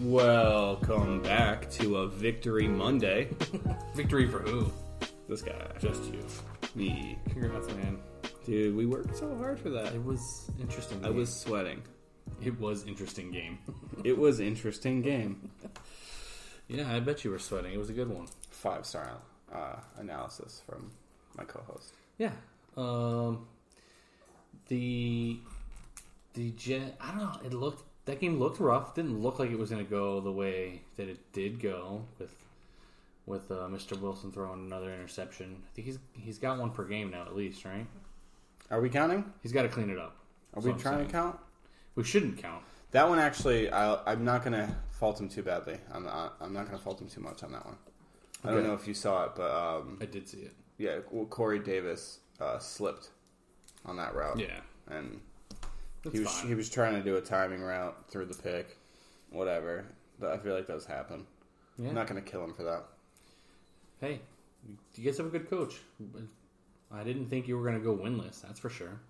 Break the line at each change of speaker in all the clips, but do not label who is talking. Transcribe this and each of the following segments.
Welcome back to a Victory Monday.
Victory for who?
This guy,
Just you.
me,
Congrats, man.
dude. We worked so hard for that.
It was interesting.
I
game.
was sweating.
It was interesting game.
It was interesting game.
yeah, I bet you were sweating. It was a good one.
Five star uh, analysis from my co-host.
Yeah. Um. The the jet. I don't know. It looked that game looked rough. Didn't look like it was going to go the way that it did go with with uh, Mr. Wilson throwing another interception. I think he's he's got one per game now at least, right?
Are we counting?
He's got to clean it up.
Are
That's
we
what I'm
trying
saying.
to count?
We shouldn't count.
That one actually, I, I'm not gonna fault him too badly. I'm not, I'm not gonna fault him too much on that one. I don't
Okay.
know if you saw it, but um,
I did see it.
yeah, well, Corey Davis uh, slipped on that route.
Yeah.
and
That's
Uh, he was
fine.
he was trying to do a timing route through the pick, whatever. But I feel like those happen.
yeah.
I'm not gonna kill him for that.
Hey, you guys have a good coach. I didn't think you were going to go winless, that's for sure.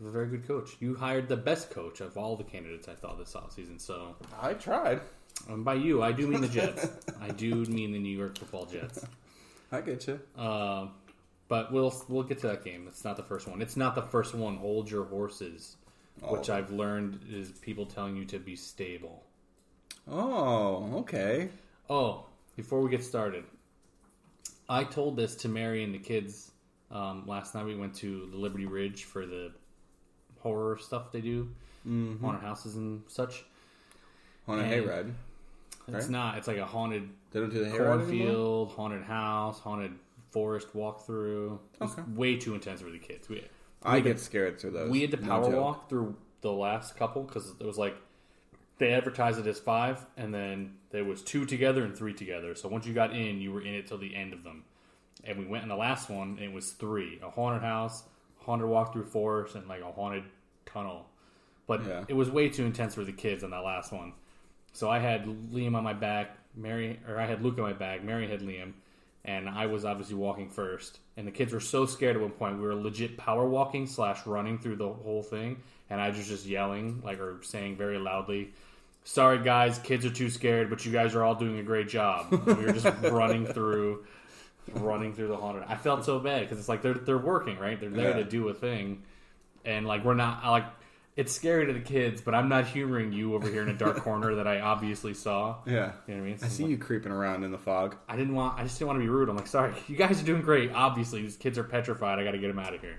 You have a very good coach. You hired the best coach of all the candidates I thought this offseason. So,
I tried.
and by you, I do mean the Jets. I do mean the New York football Jets.
I get you.
Uh, but we'll we'll get to that game. It's not the first one. It's not the first one. Hold your horses, which I've learned is people telling you to be stable.
Oh, okay.
Oh, before we get started, I told this to Mary and the kids um, last night. We went to the Liberty Ridge for the horror stuff they do,
Mm-hmm.
haunted houses and such.
On a
And-
hayride.
It's
Right.
not. It's like a haunted
They don't do the hayride anymore.
cornfield, haunted house, haunted forest walkthrough. It was
Okay.
way too intense for the kids. We
I get scared through those.
we had to
No
power
joke.
walk through the last couple because it was like they advertised it as five, and then there was two together and three together. So once you got in, you were in it till the end of them. And we went in the last one, and it was three: a haunted house, haunted walk through forest, and like a haunted tunnel. But
Yeah.
it was way too intense for the kids on that last one. So I had Liam on my back, Mary, or I had Luke on my back. Mary had Liam, and I was obviously walking first. And the kids were so scared at one point. We were legit power walking slash running through the whole thing, and I was just yelling like or saying very loudly, "Sorry guys, kids are too scared, but you guys are all doing a great job." And we were just running through, running through the haunted. I felt so bad because it's like they're they're working right. They're there
Yeah.
to do a thing and like we're not I, like it's scary to the kids, but I'm not humoring you over here in a dark corner that I obviously saw.
Yeah.
You know what I mean?
I see you creeping around in the fog.
I didn't want. I just didn't want to be rude. I'm like, sorry, you guys are doing great. Obviously, these kids are petrified. I got to get them out of here.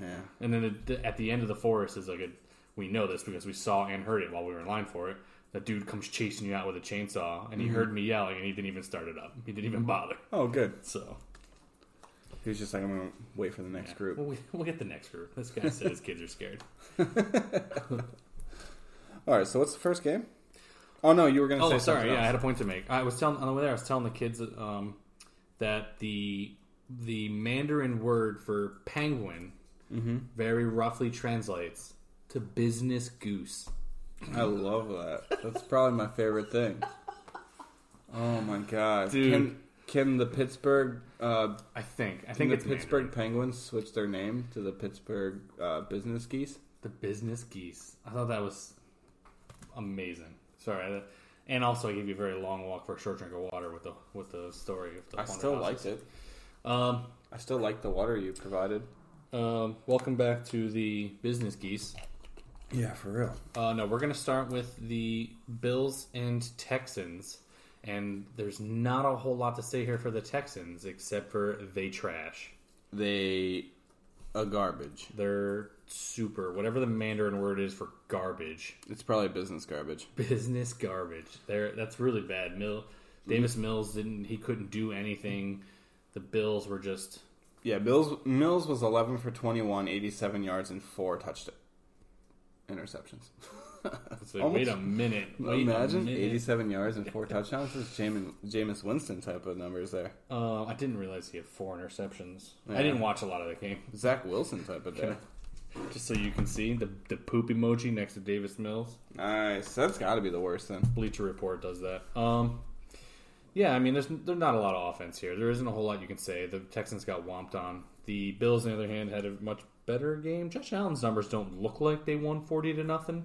Yeah.
And then the, the- at the end of the forest is like a. We know this because we saw and heard it while we were in line for it. That dude comes chasing you out with a chainsaw, and he
Mm-hmm.
heard me yelling, and he didn't even start it up. He didn't even bother.
Oh, good.
So
He was just like, I'm gonna wait for the next group.
Well, we, we'll get the next group. This guy said his kids are scared.
All right. So what's the first game? Oh no, you were gonna
Oh,
say
sorry.
something
Yeah, I
else.
had a point to make. I was telling on the way there. I was telling the kids um, that the the Mandarin word for penguin
Mm-hmm.
very roughly translates to business goose.
I love that. That's probably my favorite thing. Oh my god,
Dude.
Can, can the Pittsburgh uh,
I think. I
can
think
the
it's
Pittsburgh
Mandarin.
Penguins switch their name to the Pittsburgh uh, Business Geese?
The business geese. I thought that was amazing. Sorry. that- and also, I gave you a very long walk for a short drink of water with the with the story of the.
I
haunted
still
house.
liked it.
Um,
I still like the water you provided.
um, welcome back to the business geese.
Yeah, for real.
Uh, no, we're going to start with the Bills and Texans. And there's not a whole lot to say here for the Texans except for they trash.
They a garbage.
They're super, whatever the Mandarin word is for garbage,
It's probably business garbage.
business garbage. They're, that's really bad. Mill, Davis Mills didn't, he couldn't do anything. The Bills were just,
Yeah, Bills Mills was 11 for 21, 87 yards and four touchdowns. Interceptions.
it's like, wait a minute. Wait a
Imagine
minute.
87 yards and four touchdowns. This is Jamin, Jameis Winston type of numbers there.
Uh, I didn't realize he had four interceptions.
Yeah.
I didn't watch a lot of the game.
Zach Wilson type of day.
Just so you can see the, the poop emoji next to Davis Mills.
Nice. That's got to be the worst then.
Bleacher Report does that. Um, yeah, I mean, there's there's not a lot of offense here. There isn't a whole lot you can say. The Texans got whomped on. The Bills, on the other hand, had a much better game. Josh Allen's numbers don't look like they won forty to nothing,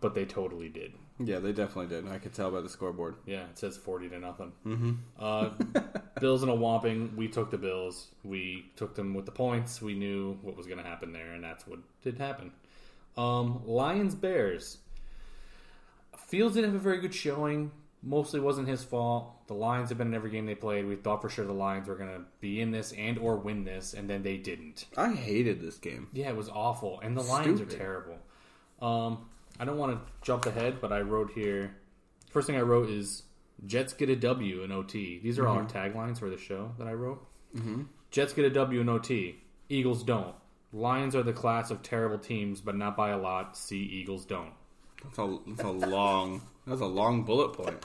but they totally did.
Yeah, they definitely did. I could tell by the scoreboard.
Yeah, it says forty to nothing. Uh, Bills in a whopping. We took the Bills. We took them with the points. We knew what was going to happen there, and that's what did happen. Um, Lions Bears. Fields didn't have a very good showing. Mostly wasn't his fault. The Lions have been in every game they played. We thought for sure the Lions were going to be in this and or win this, and then they didn't.
I hated this game.
Yeah, it was awful. And the Lions are
Stupid.
terrible. Um, I don't want to jump ahead, but I wrote here. First thing I wrote is Jets get a W in OT. These are all our
Mm-hmm.
taglines for the show that I wrote. Mm-hmm. Jets get a W in OT. Eagles don't. Lions are the class of terrible teams, but not by a lot. See, Eagles don't.
That's a, that's a long. That's a long bullet point.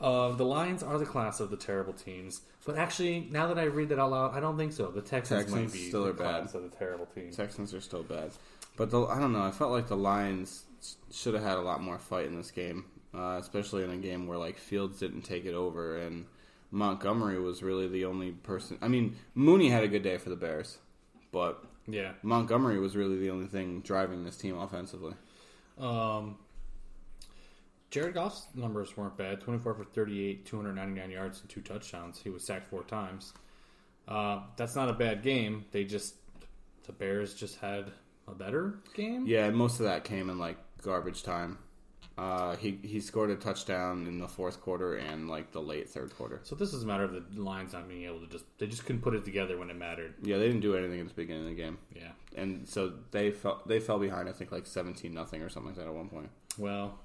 Uh, the Lions are the class of the terrible teams, but actually, now that I read that out loud, I don't think so. The Texans, might
Texans
be
still
the
are bad.
class of the terrible teams.
Texans are still bad, but the, I don't know. I felt like the Lions s- should have had a lot more fight in this game, uh, especially in a game where like Fields didn't take it over and Montgomery was really the only person. I mean, Mooney had a good day for the Bears, but
Yeah.
Montgomery was really the only thing driving this team offensively.
Um, Jared Goff's numbers weren't bad 24 for 38, 299 yards, and two touchdowns. He was sacked four times. Uh, that's not a bad game. They just, the Bears just had a better game.
Yeah, and most of that came in like garbage time. Uh, he he scored a touchdown in the fourth quarter and like the late third quarter.
So this is a matter of the Lions not being able to just, they just couldn't put it together when it mattered.
Yeah, they didn't do anything at the beginning of the game.
Yeah.
and so they fell they fell behind. I think like seventeen nothing or something like that at one point,
Well,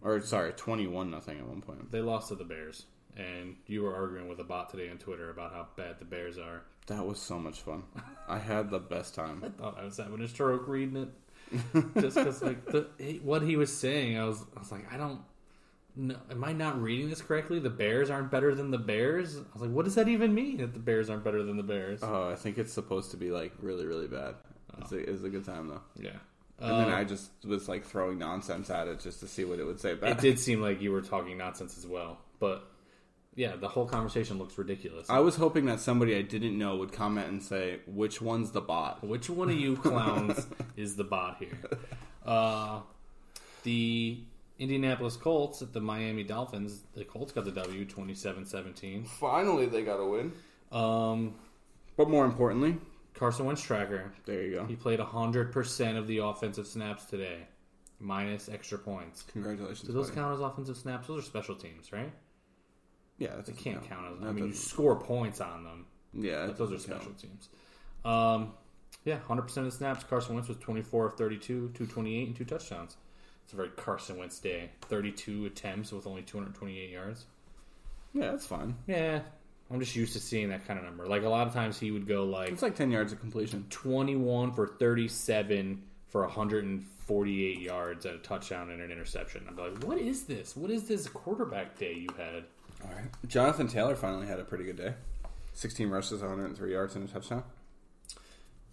or sorry, twenty one nothing at one point.
they lost to the Bears. And you were arguing with a bot today on Twitter about how bad the Bears are.
That was so much fun. I had the best time.
thought Oh, I was having a stroke reading it, just because like the, he, what he was saying, I was I was like, I don't, know, am I not reading this correctly? The Bears aren't better than the Bears. I was like, what does that even mean? That the Bears aren't better than the Bears?
Oh, I think it's supposed to be like really really bad. It's a, it's a good time though.
yeah,
And
Uh,
then I just was like throwing nonsense at it just to see what it would say
it
back.
did seem like you were talking nonsense as well, but yeah, the whole conversation looks ridiculous.
I was hoping that somebody I didn't know would comment and say, "Which one's the bot?"
Which one of you clowns is the bot here? Uh, the Indianapolis Colts at the Miami Dolphins. The Colts got the W 27 17.
Finally, they got a win.
Um,
But more importantly,
Carson Wentz tracker.
there you go.
He played 100% of the offensive snaps today, minus extra points.
Congratulations.
Do those
buddy.
count as offensive snaps? Those are special teams, right?
Yeah, that
They
doesn't
can't count as. I
That
mean, you
doesn't-
score points on them,
yeah,
but those are
doesn't count.
special teams. Um, yeah, 100% of the snaps. Carson Wentz was 24 of 32, 228, and two touchdowns. It's a very Carson Wentz day. 32 attempts with only 228 yards.
Yeah, that's fine.
Yeah, I'm just used to seeing that kind of number. Like, a lot of times he would go like
It's like ten yards of completion.
21 for 37 for 148 yards at a touchdown and an interception. I'm like, what is this? What is this quarterback day you had?
All right. Jonathan Taylor finally had a pretty good day. 16 rushes, 103 yards, and a touchdown.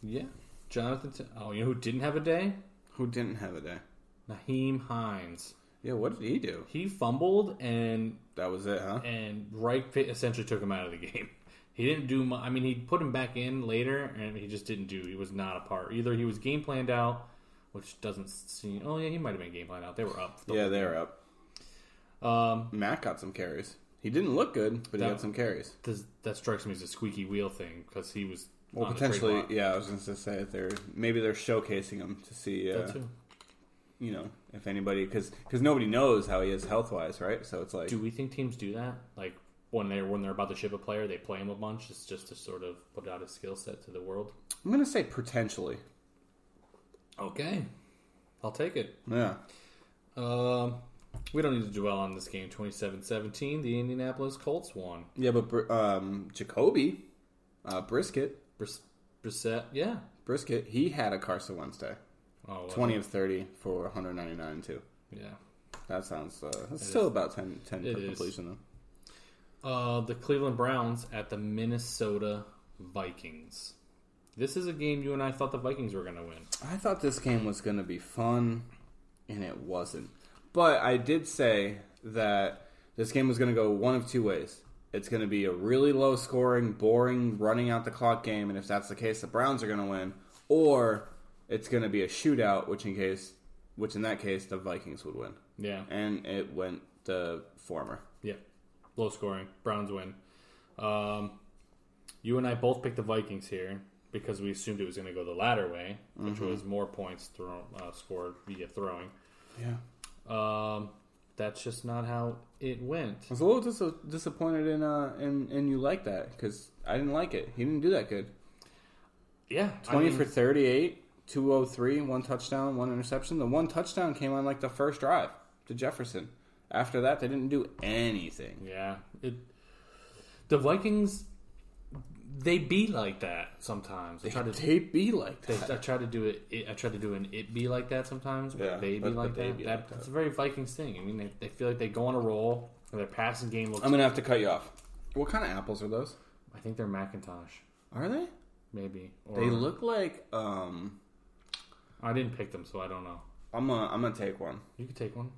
Yeah. Jonathan, T- oh, you know who didn't have a day?
Who didn't have a day?
Naheem Hines.
Yeah, what did he do?
He fumbled and
That was it, huh?
and Reich pi- essentially took him out of the game. He didn't do. mu- I mean, he put him back in later, and he just didn't do. He was not a part. Either he was game planned out, which doesn't seem. Oh yeah, he might have been game planned out. They were up.
Yeah, they were up.
Um,
Matt got some carries. He didn't look good, but he
That-
got some carries.
does, that strikes me as a squeaky wheel thing because he was
Well,
on the trade
potentially,
block.
yeah. I was going to say that they're maybe they're showcasing him to see,
That
uh,
too.
you know, if anybody because nobody knows how he is health wise, right? So it's like,
Do we think teams do that? Like when they're when they're about to ship a player, they play him a bunch. It's just to sort of put out his skill set to the world.
I'm going to say potentially.
Okay, I'll take it.
Yeah,
Um, we don't need to dwell on this game. 27-17, the Indianapolis Colts won.
yeah, but Br- um, Jacoby, uh, Brisket,
Bris- Brissett, yeah.
Brisket, he had a Carson Wednesday.
Oh, well,
20 of 30 for 199 too.
Yeah.
That sounds uh, that's still about 10, 10
It
for
is.
completion
Uh, the Cleveland Browns at the Minnesota Vikings. This is a game you and I thought the Vikings were going to win.
though. I thought this game was going to be fun and it wasn't. But I did say that this game was going to go one of two ways. It's going to be a really low scoring, boring, running out the clock game and if that's the case the Browns are going to win or it's going to be a shootout which in case which in that case the Vikings would win,
Yeah.
and it went the former.
Yeah. Low scoring. Browns win. Um, you and I both picked the Vikings here because we assumed it was going to go the latter way, which
Mm-hmm.
was more points thrown uh, scored via throwing.
Yeah,
Um, that's just not how it went.
I was a little dis- disappointed in uh in, in you like that because I didn't like it. He didn't do that good.
Yeah. I
Twenty
mean,
for thirty eight. 203, one touchdown, one interception. The one touchdown came on like the first drive to Jefferson. After that, they didn't do anything.
Yeah. It, the Vikings, they be like that sometimes. They try to.
They be like
They,
that.
I try to do it, it. I try to do an it be like that sometimes, but
Yeah,
they be
but- but
like
they
that.
be
that,
like that.
It's a very Vikings thing. I mean, they, they feel like they go on a roll, and their passing game looks.
I'm gonna have to cut you off. What kind of apples are those?
I think they're Macintosh,
Are they?
maybe. Or,
They look like um.
I didn't pick them, so I don't know.
I'm gonna I'm gonna take one.
You could take one.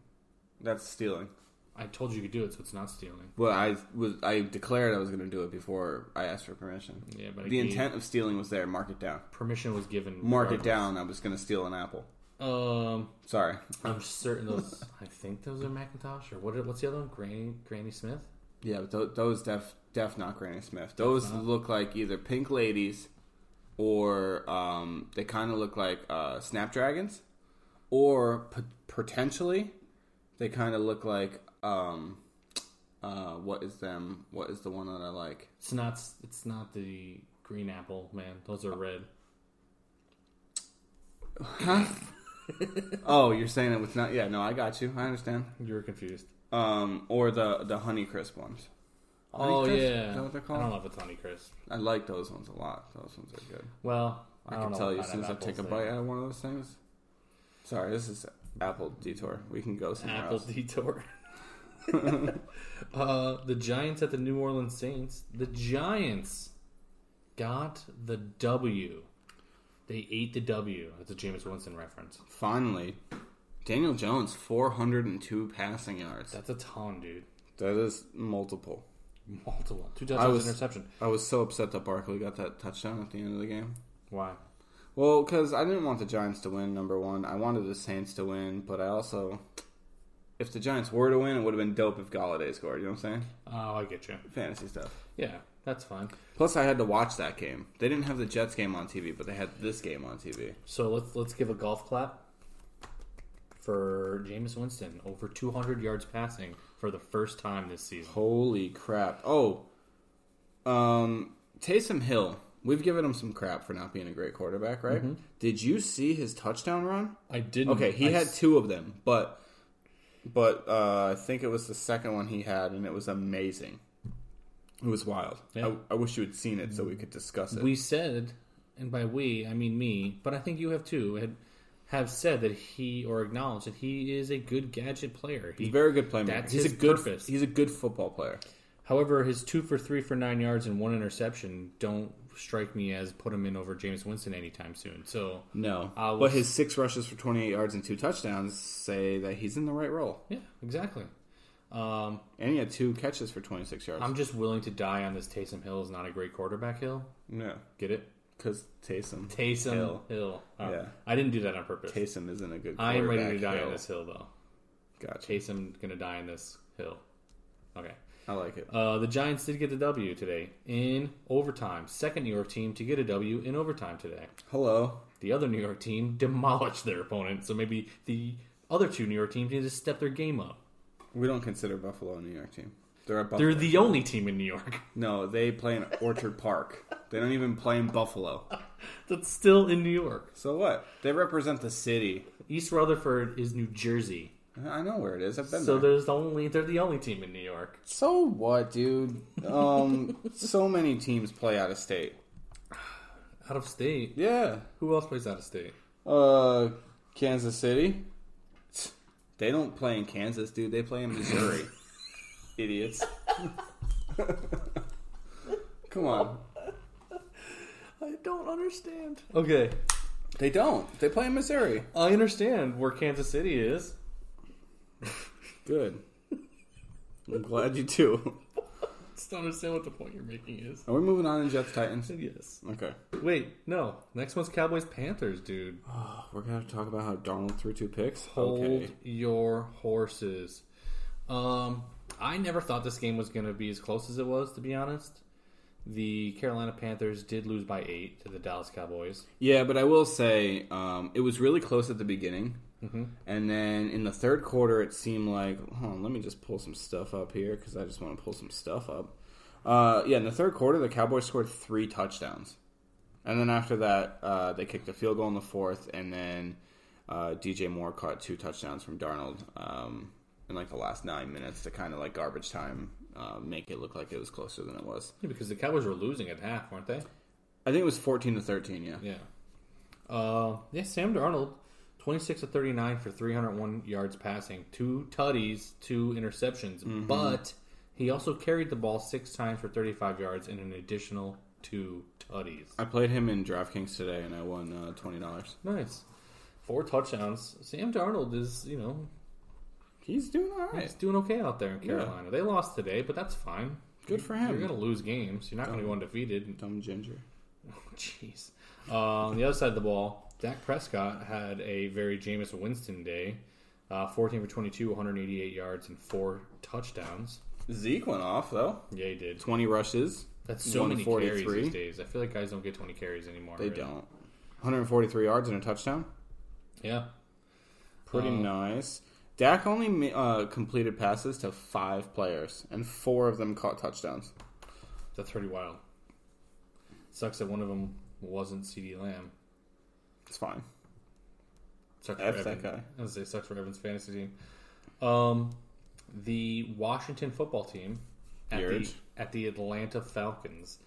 That's stealing.
I told you you could do it, so it's not stealing.
Well, I was I declared I was gonna do it before I asked for permission.
Yeah, but I
The
gave-
intent of stealing was there. Mark it down.
permission was given.
Mark it down. I was gonna steal an apple.
Um,
Sorry.
I'm certain those. I think those are Macintosh or what? Are, what's the other one? Granny Granny Smith.
Yeah, but th- those def def not Granny Smith. Those look like either pink ladies, or um, they kind of look like uh, snapdragons, or p- potentially they kind of look like um, uh, what is them? What is the one that I like?
It's not. It's not the green apple, man. Those are red.
oh, you're saying it was not? Yeah, no, I got you. I understand.
You were confused.
Um, or the the Honey Crisp ones.
oh
Honeycrisp?
yeah.
is that what they're
I don't
called?
know if it's Honeycrisp.
I, like those ones a lot. Those ones are good.
Well,
I,
don't
can
know
tell you
about
as soon as
that
I take a
apple's
bite
thing.
out of one of those things. Sorry, this is Apple detour. We can go somewhere
Apple
else.
detour. uh, the Giants at the New Orleans Saints. The Giants got the W. They ate the W. That's a Jameis Winston reference.
Finally, Daniel Jones, 402 passing yards.
That's a ton, dude.
That is multiple.
Multiple. Two
I
touchdowns,
was-
interception.
I was so upset that Barkley got that touchdown at the end of the game.
Why?
Well, because I didn't want the Giants to win, number one. I wanted the Saints to win, but I also. If the Giants were to win, it would have been dope if Galladay scored. You know what I'm saying?
Oh, I get you.
Fantasy stuff.
Yeah, that's fine.
Plus, I had to watch that game. They didn't have the Jets game on TV, but they had this game on TV.
So let's let's give a golf clap for Jameis Winston. Over 200 yards passing for the first time this season.
Holy crap! Oh, um, Taysom Hill. We've given him some crap for not being a great quarterback, right? Did you see his touchdown run?
I didn't.
Okay, he
Mm-hmm. I
had two of them, but but uh, I think it was the second one he had, and it was amazing. It was wild.
Yeah.
I, I wish you had seen it so we could discuss it.
We said, and by we I mean me, but I think you have too. Had, have said that he or acknowledged that he is a good gadget player.
he's a
He,
very good playmaker.
That's
he's
his
a good
purpose.
he's a good football player.
however, his two for three for nine yards and one interception don't strike me as put him in over Jameis Winston anytime soon. So
No,
I was-
but his six rushes for twenty eight yards and two touchdowns say that he's in the right role.
yeah, exactly. Um,
And he had two catches for twenty six yards.
I'm just willing to die on this Taysom Hill is not a great quarterback. Hill,
No,
get it?
because Taysom.
Taysom Hill.
Hill.
Oh,
Yeah.
I didn't do that on purpose.
Taysom isn't a good.
I am ready to
quarterback,
die on
Hill.
this hill though.
Gotcha.
Taysom gonna die on this hill. Okay.
I like it.
Uh, the Giants did get the W today in overtime. Second New York team to get a W in overtime today.
Hello.
The other New York team demolished their opponent, so maybe the other two New York teams need to step their game up.
We don't consider Buffalo a New York team. They're a Buffalo.
They're the only team in New York
no, they play in Orchard Park. They don't even play in Buffalo.
that's still in New York.
So what? They represent the city.
East Rutherford is New Jersey,
I know where it is. I've been
so
there.
there's the only they're the only team in New York.
So what, dude? Um, so many teams play out of state.
Out of state,
Yeah.
who else plays out of state?
Uh, Kansas City. They don't play in Kansas, dude. They play in Missouri. Idiots. Come on.
I don't understand. Okay,
They don't. They play in Missouri.
I understand where Kansas City is.
Good. I'm glad you do.
just don't understand what the point you're making is.
Are we moving on in Jets Titans?
Yes.
Okay.
Wait, no. Next one's Cowboys Panthers, dude.
Oh, we're gonna have to talk about how Donald threw two picks.
Hold
Okay.
your horses. Um, I never thought this game was going to be as close as it was, to be honest. The Carolina Panthers did lose by eight to the Dallas Cowboys.
Yeah, but I will say um, it was really close at the beginning, and then in the third quarter, it seemed like, hold on, let me just pull some stuff up here because I just want to pull some stuff up. Uh, yeah, in the third quarter, the Cowboys scored three touchdowns, and then after that, uh, they kicked a field goal in the fourth, and then uh, DJ Moore caught two touchdowns from Darnold um, in like the last nine minutes to kind of like garbage time, uh, make it look like it was closer than it was.
Yeah, because the Cowboys were losing at half, weren't they?
I think it was fourteen to thirteen. Yeah.
Yeah. Uh, yeah, Sam Darnold, 26 to 39 for 301 yards passing, two tutties, two interceptions, but he also carried the ball six times for 35 yards and an additional two tutties.
I played him in DraftKings today, and I won uh, twenty dollars.
Nice. Four touchdowns. Sam Darnold is, you know,
He's doing all
he's
right.
doing okay out there in Carolina. They lost today, but that's fine.
Good for
You're
him.
going to lose games. You're not going to go undefeated.
Dumb ginger.
Jeez. Uh, on the other side of the ball, Dak Prescott had a very Jameis Winston day. Uh, 14 for 22, 188 yards, and four touchdowns.
Zeke went off though.
Yeah, he did.
Twenty rushes.
That's so many carries
143.
these days. I feel like guys don't get 20 carries anymore.
They
really.
don't. 143 yards and a touchdown.
Yeah.
Pretty
Um,
nice. Dak only ma- uh, completed passes to five players, and four of them caught touchdowns.
That's pretty wild. Sucks that one of them wasn't CD Lamb.
It's fine.
Sucks
F
for
that
Evan.
guy.
I was gonna say sucks for Evan's fantasy team. Um, the Washington football team at the,
Yards.
at the Atlanta Falcons.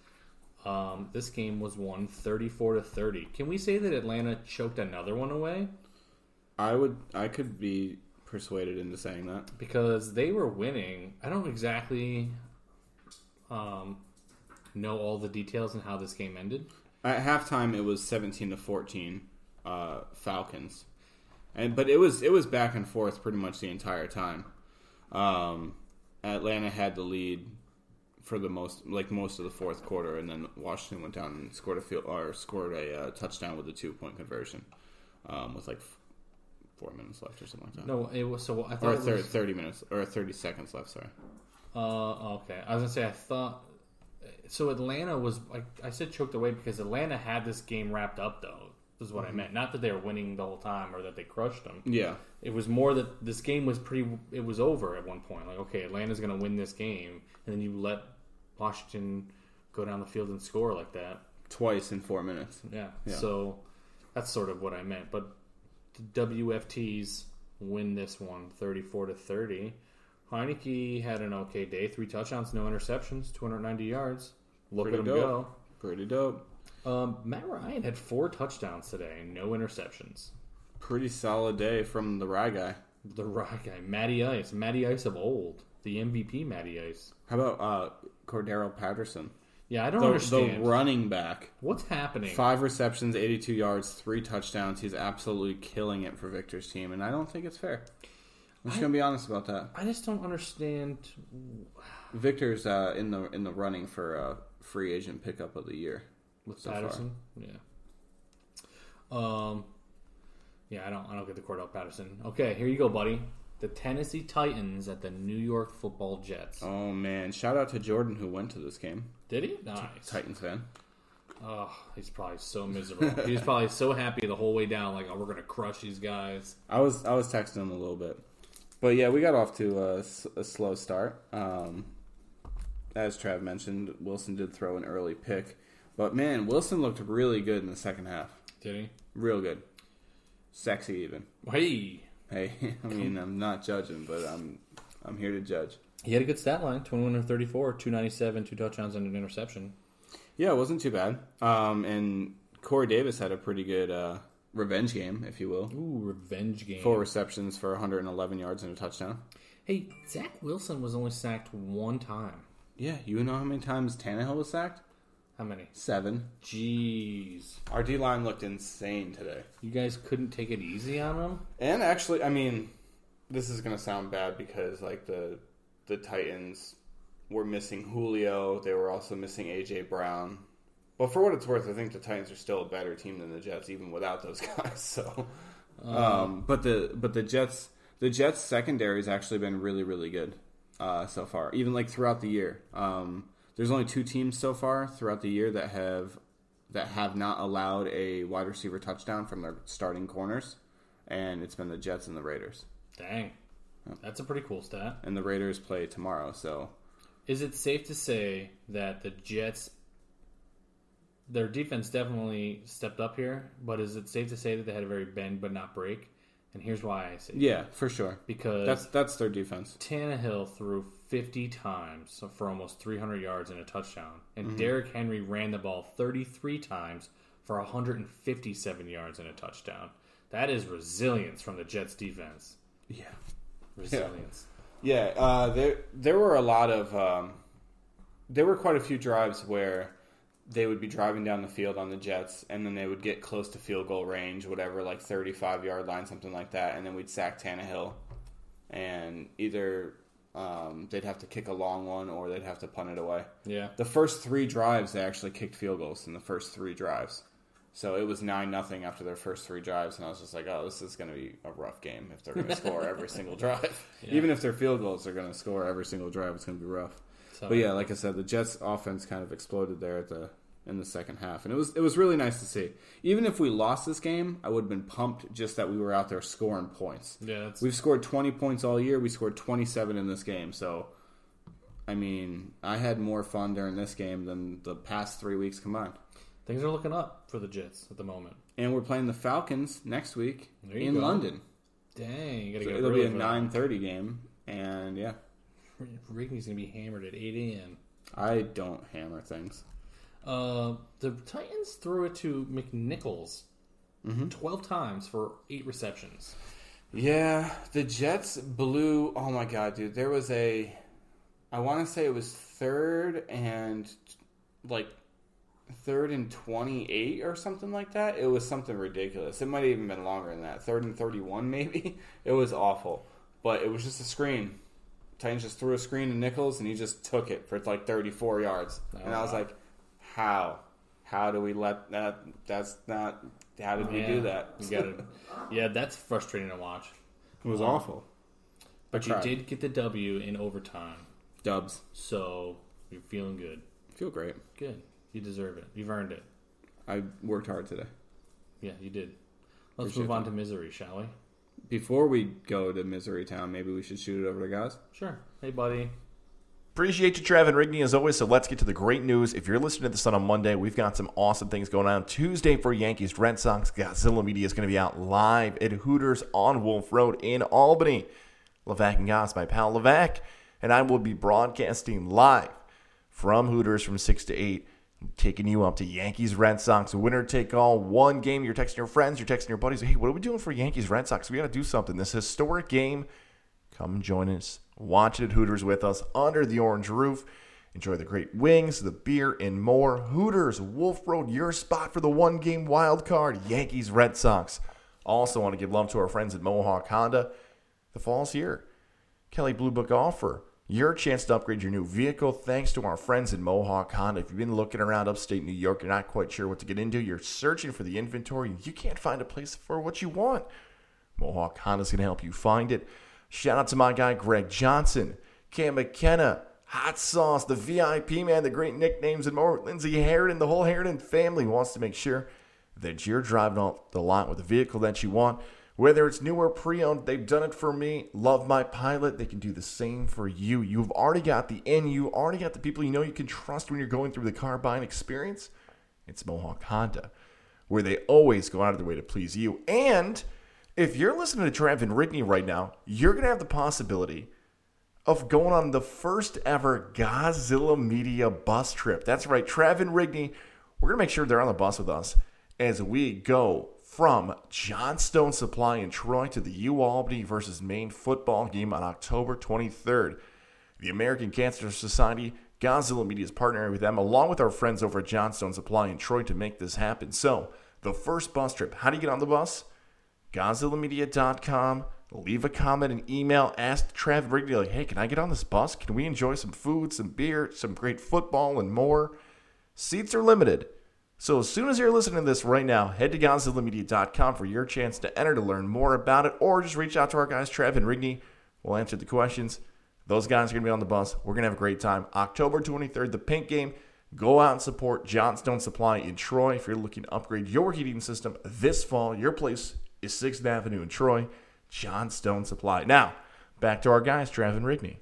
Um, this game was won thirty four to thirty. Can we say that Atlanta choked another one away
I would. I could be persuaded into saying that.
because they were winning? I don't exactly um, know all the details and how this game ended.
At halftime, it was 17 to 14 uh, Falcons, and but it was it was back and forth pretty much the entire time. Um, Atlanta had the lead for the most like most of the fourth quarter, and then Washington went down and scored a field or scored a uh, touchdown with a two point conversion um, with like f- four minutes left or something like that.
No, it was so I thought
Or
it was-
thir- 30 minutes, or 30 seconds left, sorry.
Uh, okay. I was gonna say I thought so. Atlanta was like I said, choked away because Atlanta had this game wrapped up though. Is what I meant. Not that they were winning the whole time or that they crushed them.
Yeah.
It was more that this game was pretty. It was over at one point. Like okay, Atlanta's gonna win this game, and then you let Washington go down the field and score like that.
Twice in four minutes.
Yeah.
Yeah.
So that's sort of what I meant. But the WFTs win this one 34 to 30. Heineke had an okay day. Three touchdowns, no interceptions, 290 yards. Look
Pretty
at him
dope. Pretty dope.
go. Um, Matt Ryan had four touchdowns today, no interceptions.
Pretty solid day from the Rye guy.
The rock guy, Matty Ice, Matty Ice of old, the MVP Matty Ice.
How about uh, Cordero Patterson?
Yeah, I don't
The, the
understand
running back.
what's happening.
Five receptions, 82 yards, three touchdowns. He's absolutely killing it for Victor's team, and I don't think it's fair. I'm just gonna be honest about that.
I just don't understand.
Victor's uh, in the in the running for uh, free agent pickup of the year.
with
so far.
Patterson. Yeah. Um. Yeah, I don't. I don't get the Cordell Patterson. Okay, here you go, buddy. The Tennessee Titans at the New York Football Jets.
Oh man! Shout out to Jordan who went to this game.
Did he? Nice.
Titans fan.
Oh, he's probably so miserable. he's probably so happy the whole way down. Like, oh, we're gonna crush these guys.
I was I was texting him a little bit, but yeah, we got off to a, s- a slow start. Um, as Trav mentioned, Wilson did throw an early pick, but man, Wilson looked really good in the second half.
Did
Real good, sexy even.
he? Hey,
Hey, I mean, I'm not judging, but I'm I'm here to judge.
he had a good stat line: twenty-one and thirty-four, two ninety-seven, two touchdowns and an interception.
Yeah, it wasn't too bad. Um, and Corey Davis had a pretty good uh, revenge game, if you will.
Ooh, revenge game.
Four receptions for 111 yards and a touchdown.
Hey, Zach Wilson was only sacked one time.
Yeah, you know how many times Tannehill was sacked?
How many?
Seven.
Jeez.
Our D line looked insane today.
You guys couldn't take it easy on him?
And actually, I mean, this is gonna sound bad because like the the Titans were missing Julio. They were also missing AJ Brown. But for what it's worth, I think the Titans are still a better team than the Jets, even without those guys. So, um, but the but the Jets the Jets secondary has actually been really really good uh, so far, even like throughout the year. Um, there's only two teams so far throughout the year that have that have not allowed a wide receiver touchdown from their starting corners, and it's been the Jets and the Raiders.
Dang. That's a pretty cool stat.
And the Raiders play tomorrow, so
Is it safe to say that the Jets, their defense definitely stepped up here, but is it safe to say that they had a very bend but not break? And here's why I say
yeah, for sure.
because
That's that's their defense.
Tannehill threw 50 times for almost 300 yards and a touchdown, and
Mm-hmm.
Derrick Henry ran the ball 33 times for 157 yards and a touchdown. That is resilience from the Jets defense.
Yeah.
Resilience.
Yeah, uh, there there were a lot of um, there were quite a few drives where they would be driving down the field on the Jets, and then they would get close to field goal range, whatever, like thirty five yard line, something like that, and then we'd sack Tannehill, and either um, they'd have to kick a long one or they'd have to punt it away.
Yeah.
The first three drives, they actually kicked field goals in the first three drives. So it was nine nothing after their first three drives, and I was just like, "Oh, this is going to be a rough game if they're going to score every single drive. Even if their field goals are going to score every single drive, it's going to be rough."
So-
But yeah, like I said, the Jets' offense kind of exploded there at the in the second half, and it was it was really nice to see. Even if we lost this game, I would have been pumped just that we were out there scoring points.
Yeah, that's,
We've scored 20 points all year. We scored 27 in this game. So, I mean, I had more fun during this game than the past three weeks combined.
things are looking up for the Jets at the moment.
And we're playing the Falcons next week
There you
in
go.
London.
Dang, you gotta
So
get
it'll be a
for that.
9:30 game. And yeah,
Rigney's gonna be hammered at 8 a.m.
I don't hammer things.
Uh, the Titans threw it to McNichols
Mm-hmm.
12 times for eight receptions.
Yeah, the Jets blew. Oh my god, dude! There was a. I want to say it was third and like third and 28 or something like that. It was something ridiculous. It might have even been longer than that. Third and 31, maybe. It was awful. But it was just a screen. Titans just threw a screen to Nichols and he just took it for like 34 yards. and I was
wow.
like, how? How do we let that? That's not. How did we
Yeah,
do that?
You gotta, yeah, that's frustrating to watch.
It was awful.
But you
tried.
did get the W in overtime,
Dubs.
so you're feeling good.
Feel great.
Good. You deserve it. You've earned it.
I worked hard today.
Yeah, you did. Let's
Appreciate
move on to misery, shall we?
Before we go to Misery Town, maybe we should shoot it over to guys.
Sure. Hey, buddy.
Appreciate you, Trav and Rigney, as always. So let's get to the great news. If you're listening to this on a Monday, we've got some awesome things going on. Tuesday for Yankees, Red Sox, Godzilla Media is going to be out live at Hooters on Wolf Road in Albany. Levac and Goss, my pal Levac, and I will be broadcasting live from Hooters from 6 to 8, taking you up to Yankees Red Sox winner take all one game. You're texting your friends, you're texting your buddies. Hey, what are we doing for Yankees Red Sox? We got to do something. This historic game. Come join us. Watch it at Hooters with us under the orange roof. Enjoy the great wings, the beer, and more. Hooters, Wolf Road, your spot for the one game wild card. Yankees, Red Sox. Also, want to give love to our friends at Mohawk Honda. The fall's here. Kelly Blue Book offer. Your chance to upgrade your new vehicle thanks to our friends in Mohawk Honda. If you've been looking around upstate New York, you're not quite sure what to get into, you're searching for the inventory, you can't find a place for what you want. Mohawk Honda's going to help you find it. Shout out to my guy, Greg Johnson, Cam McKenna, Hot Sauce, the VIP man, the great nicknames, and more. Lindsey Harridan, the whole Harridan family wants to make sure that you're driving off the lot with the vehicle that you want. Whether it's new or pre owned, they've done it for me. Love my pilot. They can do the same for you. You've already got the in, you already got the people you know you can trust when you're going through the car buying experience. It's Mohawk Honda, where they always go out of their way to please you. And if you're listening to Trav and Rigney right now, you're going to have the possibility of going on the first ever Godzilla Media bus trip. That's right, Trav and Rigney. We're going to make sure they're on the bus with us as we go from Johnstone Supply in Troy to the U Albany versus Maine football game on October 23rd. The American Cancer Society, Godzilla Media is partnering with them, along with our friends over at Johnstone Supply in Troy to make this happen. So, the first bus trip, how do you get on the bus? GodzillaMedia.com. leave a comment, an email, ask Trav Rigney, like, hey, can I get on this bus? Can we enjoy some food, some beer, some great football, and more? Seats are limited. So as soon as you're listening to this right now, head to GonzillaMedia.com for your chance to enter to learn more about it, or just reach out to our guys, Trav and Rigney. We'll answer the questions. Those guys are going to be on the bus. We're going to have a great time. October 23rd, the Pink Game. Go out and support Johnstone Supply in Troy. If you're looking to upgrade your heating system this fall, your place is 6th Avenue in Troy. Johnstone Supply. Now, back to our guys, Trav and Rigney.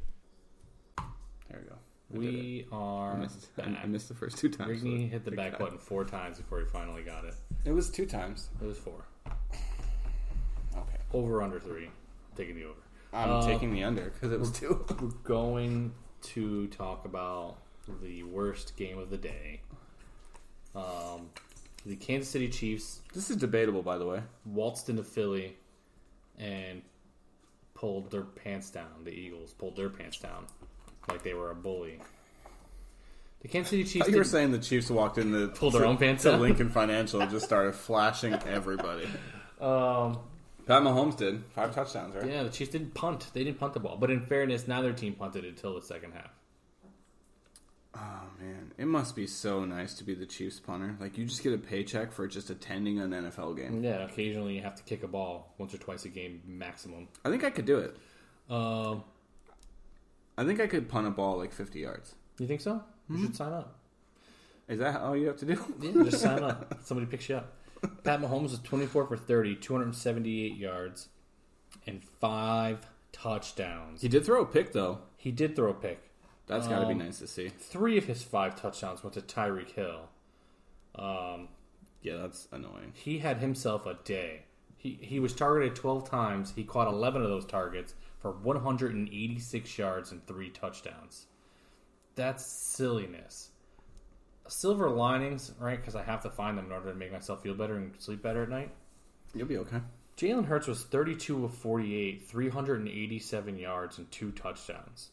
There we go.
We
I
are
missed, I- I
back.
missed the first two times.
Rigney hit the back
God.
button four times before he finally got it.
It was two times.
It was four.
Okay.
Over under three. Taking the over.
I'm
Uh,
taking the under because it was two.
We're going to talk about the worst game of the day. Um, the Kansas City Chiefs
this is debatable, by the way.
waltzed into Philly and pulled their pants down. The Eagles pulled their pants down like they were a bully. The Kansas City Chiefs
You were
didn't-
saying the Chiefs walked into
Pulled their
to-
own pants
to
up.
Lincoln Financial and just started flashing everybody.
um,
Pat Mahomes did five touchdowns, right?
Yeah, the Chiefs didn't punt. They didn't punt the ball. But in fairness, neither team punted until the second half.
Oh man, it must be so nice to be the Chiefs punter. Like you just get a paycheck for just attending an NFL game.
Yeah, occasionally you have to kick a ball once or twice a game maximum.
I think I could do it.
Um,
I think I could punt a ball like 50 yards.
you think so? You should sign up.
Is that all you have to do?
Yeah, just sign up. Somebody picks you up. Pat Mahomes was 24 for 30, 278 yards, and five touchdowns.
He did throw a pick though.
He did throw a pick.
That's got to be
Um,
nice to see.
Three of his five touchdowns went to Tyreek Hill. Um,
Yeah, that's annoying.
he had himself a day. He he was targeted 12 times. He caught 11 of those targets for 186 yards and three touchdowns. That's silliness. Silver linings, right? Because I have to find them in order to make myself feel better and sleep better at night.
You'll be okay.
Jalen Hurts was 32 of 48, 387 yards and two touchdowns.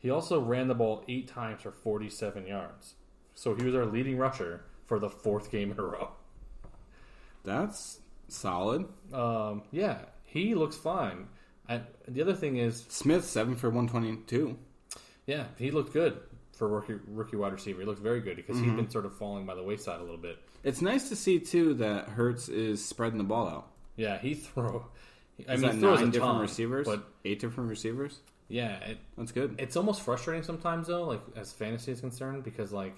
He also ran the ball eight times for 47 yards. So he was our leading rusher for the fourth game in a row.
That's solid.
Um, yeah, he looks fine. I, the other thing is,
Smith seven for 122.
yeah, he looked good for rookie, rookie wide receiver. He looked very good because
Mm-hmm.
he'd been sort of falling by the wayside a little bit.
It's nice to see too that Hertz is spreading the ball out.
Yeah, he throw. I
Is
mean,
that
he throws
nine
a
different
ton,
receivers?
but
Eight different receivers.
yeah, it,
That's good.
it's almost frustrating sometimes though, like as fantasy is concerned, because like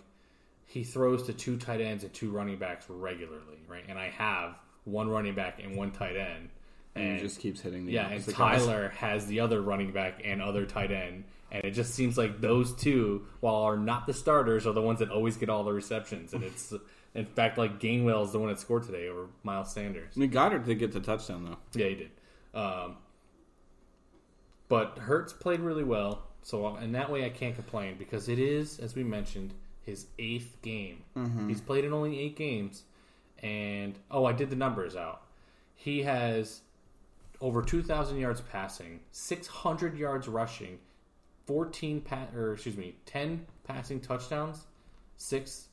he throws to two tight ends and two running backs regularly, right? And I have one running back and one tight end,
and he just keeps hitting the
Yeah,
it's
and
the guys.
Tyler has the other running back and other tight end, and it just seems like those two, while are not the starters, are the ones that always get all the receptions. And it's in fact like Gainwell is the one that scored today over Miles Sanders.
I mean, Goddard did get the touchdown though.
Yeah, he did. Um, but Hertz played really well, so in that way I can't complain because it is, as we mentioned, his eighth game. He's played in only eight games, and oh, I did the numbers out. He has over two thousand yards passing, six hundred yards rushing, fourteen pa- or excuse me, ten passing touchdowns, six.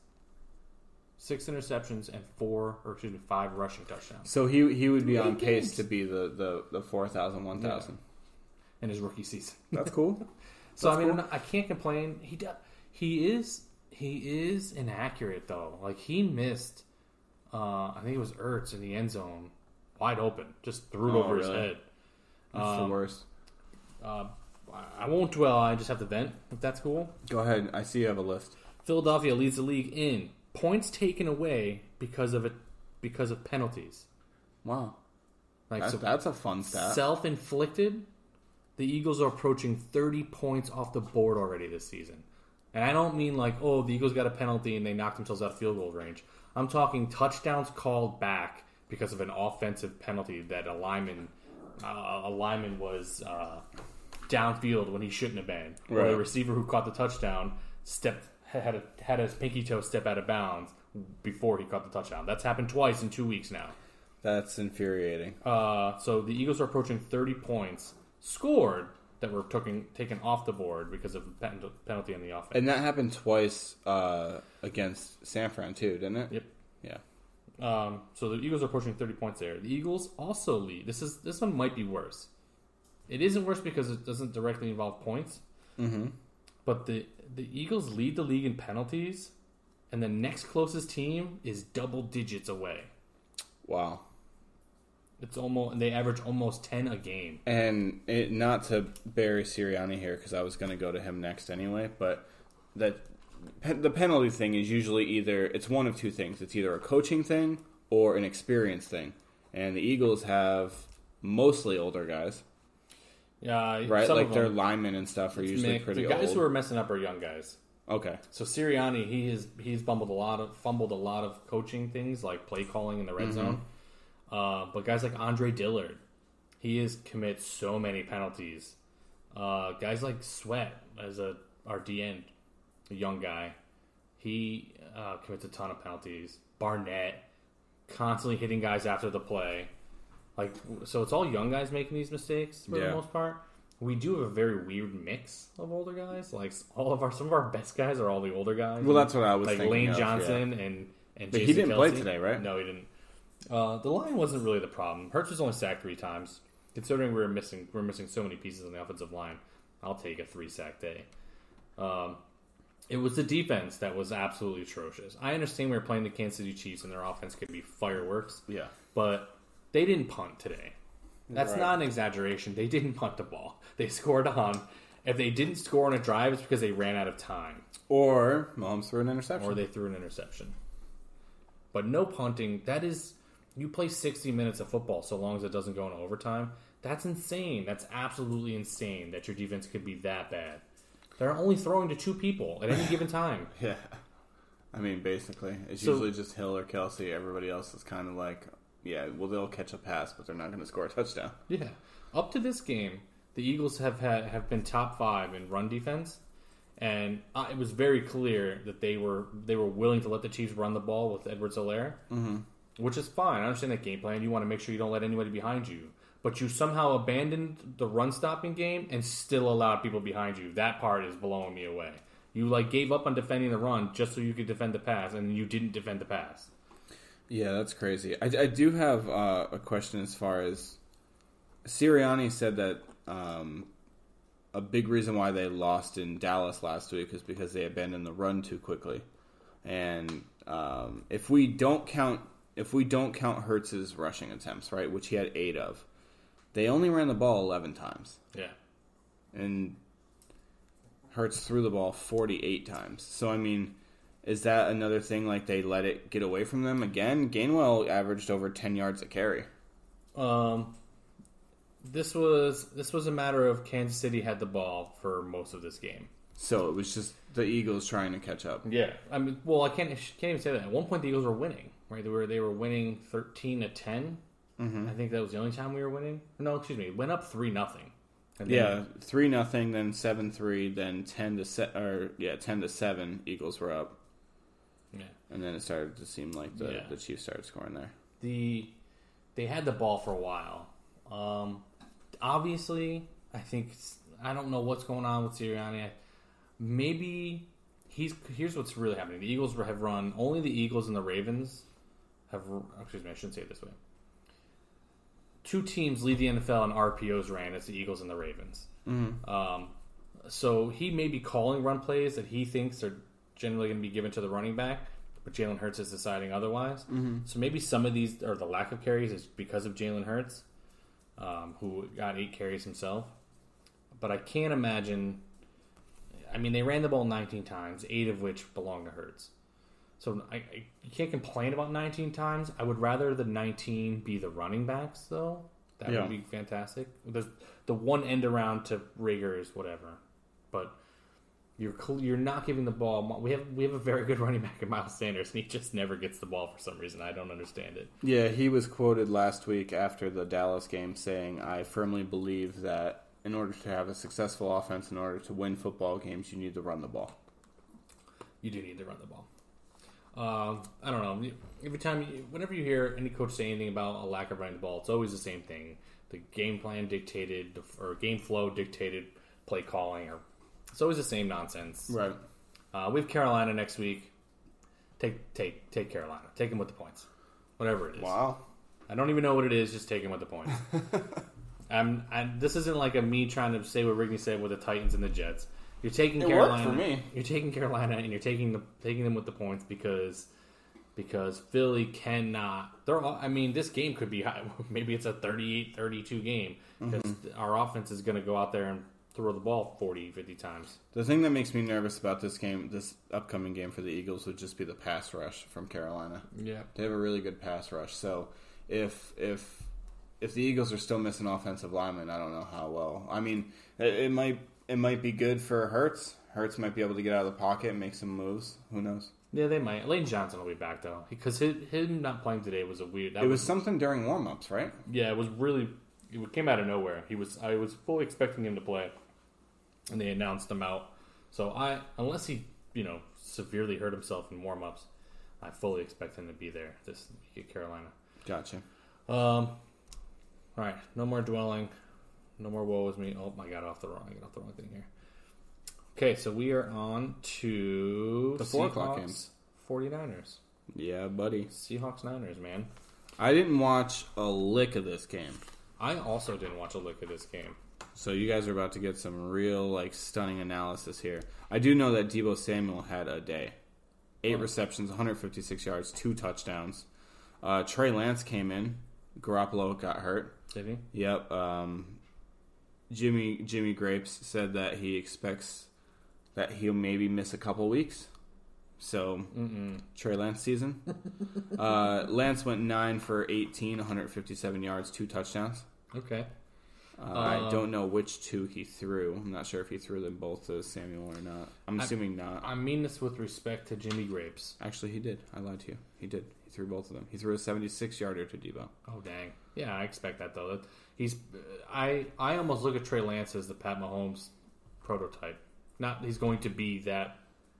Six interceptions and four, or excuse me, five rushing touchdowns.
So he he would be on
Eight
pace
games.
to be the the the 4,000, 1,000.
in his rookie season.
That's cool.
So
That's
I mean,
cool.
I can't complain. He do, he is he is inaccurate though. Like he missed, uh, I think it was Ertz in the end zone, wide open, just threw it
Oh,
over his
really?
head.
That's
Um,
the worst.
Uh, I- I won't dwell. I just have to vent if that's cool.
Go ahead. I see you have a list.
Philadelphia leads the league in points taken away because of it because of penalties.
Wow,
Like
that's,
so,
that's a fun stat.
self-inflicted the eagles are approaching 30 points off the board already this season and i don't mean like oh the eagles got a penalty and they knocked themselves out of field goal range i'm talking touchdowns called back because of an offensive penalty that a lineman uh, a lineman was uh, downfield when he shouldn't have been or the
Right.
receiver who caught the touchdown stepped had a, had his pinky toe step out of bounds before he caught the touchdown that's happened twice in two weeks now
that's infuriating.
uh, so the Eagles are approaching 30 points scored that were taken taken off the board because of the pen- penalty on the offense.
And that happened twice uh, against San Fran too, didn't it?
Yep.
Yeah.
Um, so the Eagles are approaching 30 points there. The Eagles also lead. This is this one might be worse. It isn't worse because it doesn't directly involve points.
Mm-hmm.
But the the Eagles lead the league in penalties, and the next closest team is double digits away.
Wow.
It's almost and they average almost ten a game.
And it, not to bury Sirianni here because I was going to go to him next anyway, but that pe- the penalty thing is usually either it's one of two things. It's either a coaching thing or an experience thing. And the Eagles have mostly older guys,
Yeah,
right?
some
like
of
their
them.
linemen and stuff are usually
Mick,
pretty
the guys
old.
who are messing up are young guys.
okay.
So Sirianni, he is he's bumbled a lot of fumbled a lot of coaching things like play calling in the red zone. Uh, but guys like Andre Dillard, he is commits so many penalties. Uh, guys like Sweat as a our DN, a young guy, he uh, commits a ton of penalties. Barnett constantly hitting guys after the play. Like so, it's all young guys making these mistakes for
Yeah.
the most part. We do have a very weird mix of older guys. Like all of our some of our best guys are all the older guys.
Well, that's what I was
like
thinking
Lane
of, yeah.
Johnson and and
But he
Jason
didn't play
Kelce.
today, right?
No, he didn't. Uh, the line wasn't really the problem. Hertz was only sacked three times. Considering we were missing we we're missing so many pieces on the offensive line, I'll take a three sack day. Um, it was the defense that was absolutely atrocious. I understand we were playing the Kansas City Chiefs and their offense could be fireworks,
Yeah.
but they didn't punt today. That's
Right.
not an exaggeration. They didn't punt the ball. They scored on. If they didn't score on a drive, it's because they ran out of time
Or Mahomes threw an interception.
or they threw an interception. But no punting. That is, you play 60 minutes of football so long as it doesn't go into overtime. That's insane. That's absolutely insane that your defense could be that bad. They're only throwing to two people at any given time.
yeah. I mean, basically, it's
So-
usually just Hill or Kelsey. Everybody else is kind of like, yeah, well, they'll catch a pass, but they're not going to score a touchdown.
Yeah. Up to this game, the Eagles have had, have been top five in run defense, and uh, it was very clear that they were they were willing to let the Chiefs run the ball with Edwards Alaire, mm-hmm. which is fine. I understand that game plan. You want to make sure you don't let anybody behind you, but you somehow abandoned the run stopping game and still allowed people behind you. That part is blowing me away. You like gave up on defending the run just so you could defend the pass, and you didn't defend the pass.
Yeah, that's crazy. I, I do have uh, a question as far as Sirianni said that um, a big reason why they lost in Dallas last week is because they abandoned the run too quickly. And um, if we don't count if we don't count Hertz's rushing attempts, right, which he had eight of, they only ran the ball eleven times,
Yeah.
and Hertz threw the ball forty eight times. So I mean. Is that another thing? Like they let it get away from them again? Gainwell averaged over ten yards a carry.
Um, this was this was a matter of Kansas City had the ball for most of this game.
So it was just the Eagles trying to catch up.
Yeah, I mean, well, I can't I can't even say that. At one point, the Eagles were winning. Right, they were they were winning thirteen to 10 I think that was the only time we were winning. No, excuse me, went up three nothing. And then-
Yeah, three nothing, then seven three, then ten to se- or yeah, ten to seven. Eagles were up,
yeah.
and then it started to seem like the,
Yeah.
the Chiefs started scoring there.
the they had the ball for a while. Um, obviously, I think s- I don't know what's going on with Sirianni. Maybe he's here's what's really happening. The Eagles have run only the Eagles and the Ravens have. Excuse me, I shouldn't say it this way. Two teams lead the NFL in RPOs ran. It's the Eagles and the Ravens. Um, so he may be calling run plays that he thinks are generally going to be given to the running back, but Jalen Hurts is deciding otherwise. So maybe some of these, or the lack of carries, is because of Jalen Hurts, um, who got eight carries himself. But I can't imagine. I mean, they ran the ball 19 times, eight of which belong to Hurts. So I, I, you can't complain about 19 times. I would rather the 19 be the running backs, though. That
Yeah.
would be fantastic. The, the one end around to Rager is whatever, but you're cl- you're not giving the ball. We have we have a very good running back in Miles Sanders, and he just never gets the ball for some reason. I don't understand it.
Yeah, he was quoted last week after the Dallas game saying, "I firmly believe that in order to have a successful offense, in order to win football games, you need to run the ball."
you do need to run the ball. Um, I don't know. Every time, you, whenever you hear any coach say anything about a lack of running the ball, it's always the same thing. The game plan dictated, or game flow dictated, play calling, or it's always the same nonsense.
Right.
Uh, we have Carolina next week. Take take take Carolina. Take them with the points, whatever it is.
Wow.
I don't even know what it is. Just take them with the points. I'm, i this isn't like a me trying to say what Rigney said with the Titans and the Jets. You're taking
It worked
Carolina.
for me.
You're taking Carolina, and you're taking the taking them with the points because because Philly cannot. They're all. I mean, this game could be high. Maybe it's a 38-32 game
Mm-hmm.
because our offense is going to go out there and throw the ball 40, 50 times.
The thing that makes me nervous about this game, this upcoming game for the Eagles, would just be the pass rush from Carolina.
Yeah.
They have a really good pass rush. So if if if the Eagles are still missing offensive linemen, I don't know how well. I mean, it, it might it might be good for Hertz. Hertz might be able to get out of the pocket and make some moves. Who knows?
Yeah, they might. Lane Johnson will be back though because his, him not playing today was a weird. That
It was something during warm ups, right?
Yeah, it was really. It came out of nowhere. He was. I was fully expecting him to play, and they announced him out. So I, unless he, you know, severely hurt himself in warm ups, I fully expect him to be there this week at Carolina.
Gotcha.
Um, all right, no more dwelling, no more woe is me. Oh, I got off the wrong. I got off the wrong thing here. Okay, so we are on to
The four o'clock
Seahawks,
games.
49ers.
Yeah, buddy.
Seahawks Niners, man.
I didn't watch a lick of this game.
I also didn't watch a lick of this game.
So you guys are about to get some real like stunning analysis here. I do know that Debo Samuel had a day. Eight receptions, 156 yards, two touchdowns. Uh, Trey Lance came in. Garoppolo got hurt.
Did he?
Yep. Um, Jimmy Jimmy Grapes said that he expects that he'll maybe miss a couple weeks. So Trey Lance season. uh, Lance went nine for 18, 157 yards, two touchdowns.
Okay.
Uh, I don't know which two he threw. I'm not sure if he threw them both to Samuel or not. I'm assuming not.
I mean this with respect to Jimmy Grapes.
Actually, he did. I lied to you. He did. He threw both of them. He threw a 76 yarder to Debo.
Oh dang, yeah, I expect that though. That- He's, I, I almost look at Trey Lance as the Pat Mahomes prototype. Not he's going to be that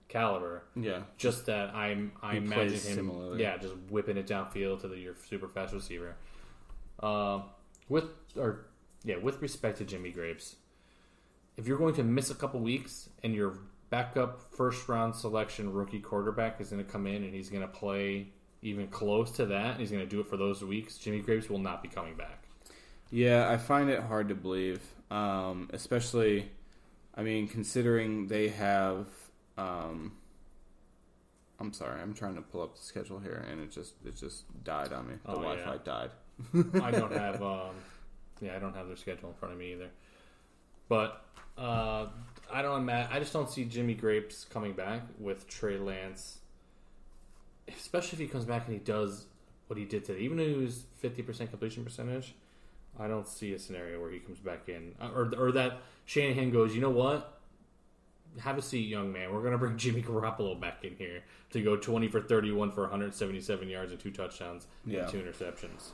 caliber.
Yeah.
Just that I'm, I
He
imagine him,
plays similarly.
yeah, just whipping it downfield to the, your super fast receiver. Um, with or yeah, with respect to Jimmy Grapes, if you're going to miss a couple weeks and your backup first round selection rookie quarterback is going to come in and he's going to play even close to that, and he's going to do it for those weeks, Jimmy Grapes will not be coming back.
Yeah, I find it hard to believe, um, especially, I mean, considering they have. Um, I'm sorry, I'm trying to pull up the schedule here, and it just it just died on me. The
Oh, yeah.
Wi-Fi died.
I don't have, um, yeah, I don't have their schedule in front of me either. But uh, I don't imagine. I just don't see Jimmy Grapes coming back with Trey Lance, especially if he comes back and he does what he did today. Even though he was fifty percent completion percentage, I don't see a scenario where he comes back in Uh, or or that Shanahan goes. You know what? Have a seat, young man. We're going to bring Jimmy Garoppolo back in here to go 20 for 31 for 177 yards and two touchdowns
Yeah.
and two interceptions.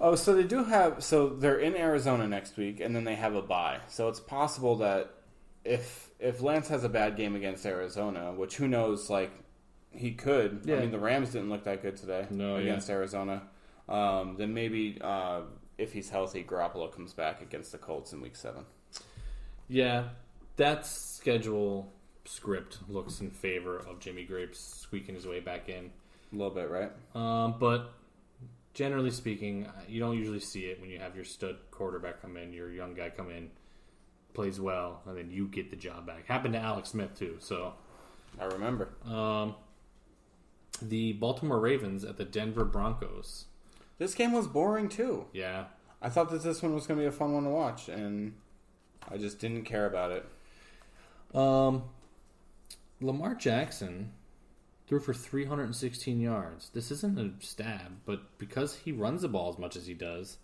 Oh, so they do have. So they're in Arizona next week, and then they have a bye. So it's possible that if if Lance has a bad game against Arizona, which who knows, like he could. I
Yeah.
mean, the Rams didn't look that good today
No, yeah.
against Arizona. Um, then maybe uh, if he's healthy, Garoppolo comes back against the Colts in Week Seven.
Yeah, that schedule script looks in favor of Jimmy Grapes squeaking his way back in.
A little bit, right?
Um, but generally speaking, uh, you don't usually see it when you have your stud quarterback come in, your young guy come in, plays well, and then you get the job back. Happened to Alex Smith too. So
I remember.
um, the Baltimore Ravens at the Denver Broncos.
This game was boring too.
Yeah,
I thought that this one was going to be a fun one to watch, and I just didn't care about it.
Um, Lamar Jackson threw for 316 yards. This isn't a stab, but because he runs the ball as much as he does,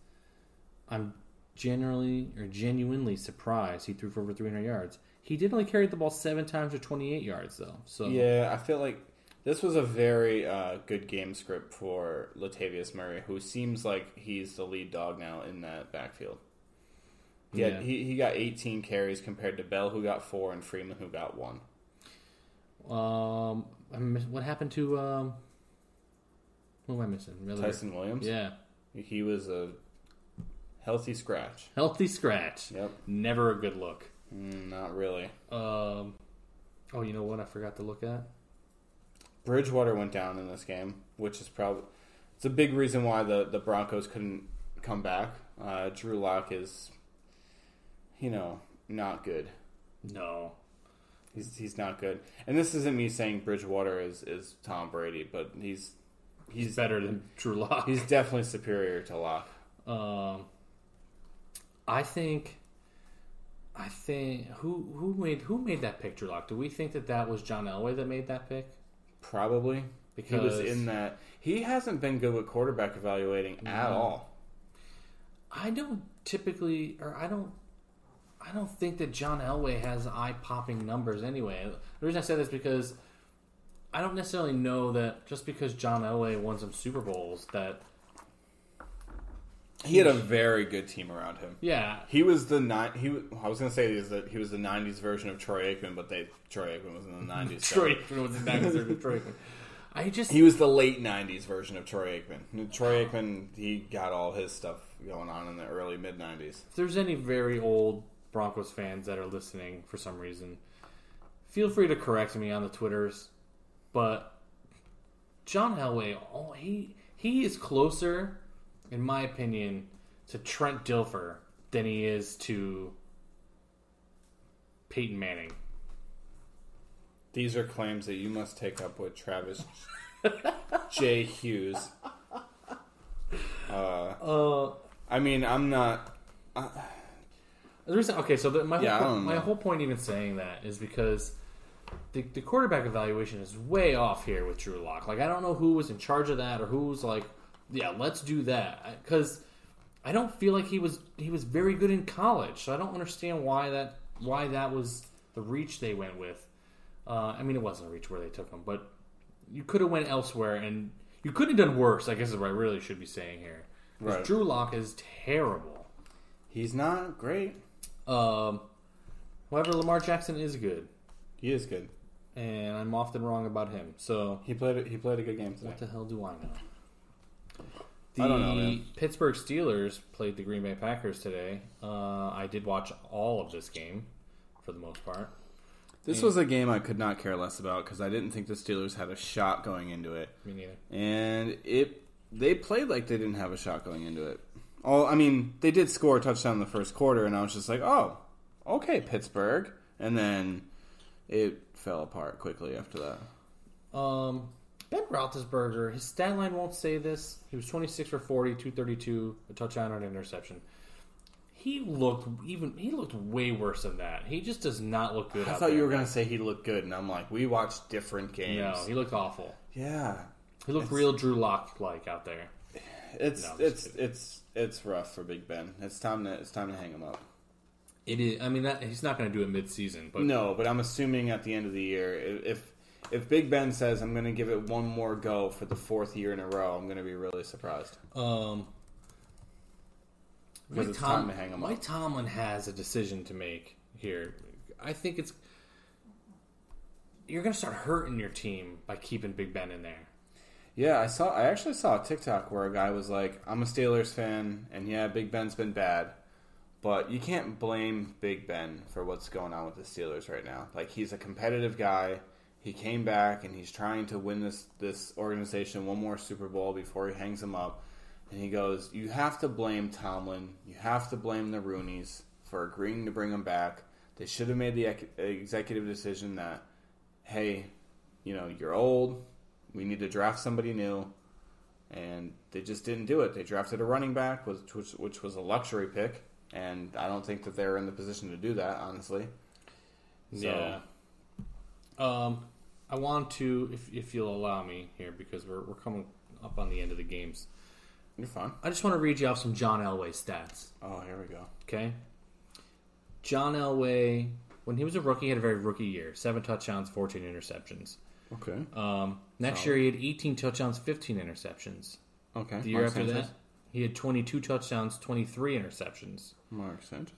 I'm generally or genuinely surprised he threw for over 300 yards. He did only carry the ball seven times for 28 yards, though. So
Yeah, I feel like this was a very uh, good game script for Latavius Murray, who seems like he's the lead dog now in that backfield. Yeah,
Yeah.
he, he got 18 carries compared to Bell, who got four, and Freeman, who got one.
um, I miss, what happened to um, what am I missing? Really?
Tyson Williams,
Yeah,
he was a healthy scratch.
healthy scratch.
Yep,
Never a good look.
Mm, not really.
Um, oh, you know what? I forgot to look at.
Bridgewater went down in this game, which is probably it's a big reason why the the Broncos couldn't come back. Uh, Drew Lock is you know, not good.
No.
He's he's not good. And this isn't me saying Bridgewater is is Tom Brady, but he's
He's better than Drew Lock.
he's definitely superior to Locke.
Um, I think, I think who who made who made that pick, Drew Lock? Do we think that that was John Elway that made that pick?
Probably because he was
Because-
in that. He hasn't been good with quarterback evaluating
Mm-hmm.
at all.
I don't typically, or I don't, I don't think that John Elway has eye popping numbers. Anyway, the reason I say this because I don't necessarily know that just because John Elway won some Super Bowls that
He had a very good team around him.
yeah
He was the nine. He wa- I was gonna say is that he was the '90s version of Troy Aikman, but they Troy Aikman was in the '90s. so-
Troy Aikman was the dinosaur of Troy Aikman. I just
He was the late '90s version of Troy Aikman. Troy Aikman, he got all his stuff going on in the early mid '90s.
if there's any very old Broncos fans that are listening for some reason, feel free to correct me on the Twitters. But John Elway, oh, he he is closer, in my opinion, to Trent Dilfer than he is to Peyton Manning.
These are claims that you must take up with Travis J. Hughes.
Uh,
I mean, I'm not.
The reason, okay, so the, my
Yeah, I
whole,
don't
point- my
know.
whole point even saying that is because the, the quarterback evaluation is way off here with Drew Lock. Like I don't know who was in charge of that or who was like, yeah, let's do that because I don't feel like he was he was very good in college. So I don't understand why that why that was the reach they went with. Uh, I mean, it wasn't a reach where they took him, but you could have went elsewhere and you could have done worse. I guess is what I really should be saying here. 'Cause
Right.
Drew Lock is terrible.
He's not great.
Um, however, Lamar Jackson is good,
He is good.
and I'm often wrong about him. So
He played. a- He played a good game today.
what the hell do I know? The
I don't know, man.
Pittsburgh Steelers played the Green Bay Packers today. Uh, I did watch all of this game for the most part.
This was a game I could not care less about because I didn't think the Steelers had a shot going into it,
Me neither.
and it they played like they didn't have a shot going into it. Oh, I mean, they did score a touchdown in the first quarter, and I was just like, "Oh, okay, Pittsburgh," and then it fell apart quickly after that.
Um, ben Roethlisberger, his stat line won't say this. He was 26 for 40, 232, a touchdown and an interception. He looked even. He looked way worse than that. He just does not look good.
I
out
thought you
there.
were gonna say he looked good, and I'm like, "We watched different games."
No, he looked awful.
yeah,
He looked real Drew Lock like out there.
it's
No, I'm just
it's it's it's rough for Big Ben. It's time to it's time to hang him up.
It is. I mean, that, he's not going to do it mid-season, but
No, but I'm assuming at the end of the year, i- if if Big Ben says I'm going to give it one more go for the fourth year in a row, I'm going to be really surprised.
um,
Because
Mike
it's
Tom-
time to hang him
Mike
up.
Tomlin has a decision to make here. I think it's you're going to start hurting your team by keeping Big Ben in there.
Yeah, I saw. I actually saw a TikTok where a guy was like, "I'm a Steelers fan, and yeah, Big Ben's been bad, but you can't blame Big Ben for what's going on with the Steelers right now. Like he's a competitive guy." He came back and he's trying to win this this organization one more Super Bowl before he hangs him up. And he goes, You have to blame Tomlin. You have to blame the Roonies for agreeing to bring him back. They should have made the ec- executive decision that, hey, you know, you're old. We need to draft somebody new. And they just didn't do it. They drafted a running back, which, which, which was a luxury pick. And I don't think that they're in the position to do that, honestly. So-
Yeah. Um, I want to, if if you'll allow me here, because we're we're coming up on the end of the games.
You're fine.
I just want to read you off some John Elway stats.
Oh, here we go.
Okay. John Elway, when he was a rookie, had a very rookie year seven touchdowns, 14 interceptions.
Okay.
Um, next year, he had 18 touchdowns, 15 interceptions.
Okay.
The year
Mark
after
Sanchez.
that, he had 22 touchdowns, 23 interceptions.
Mark Sanchez.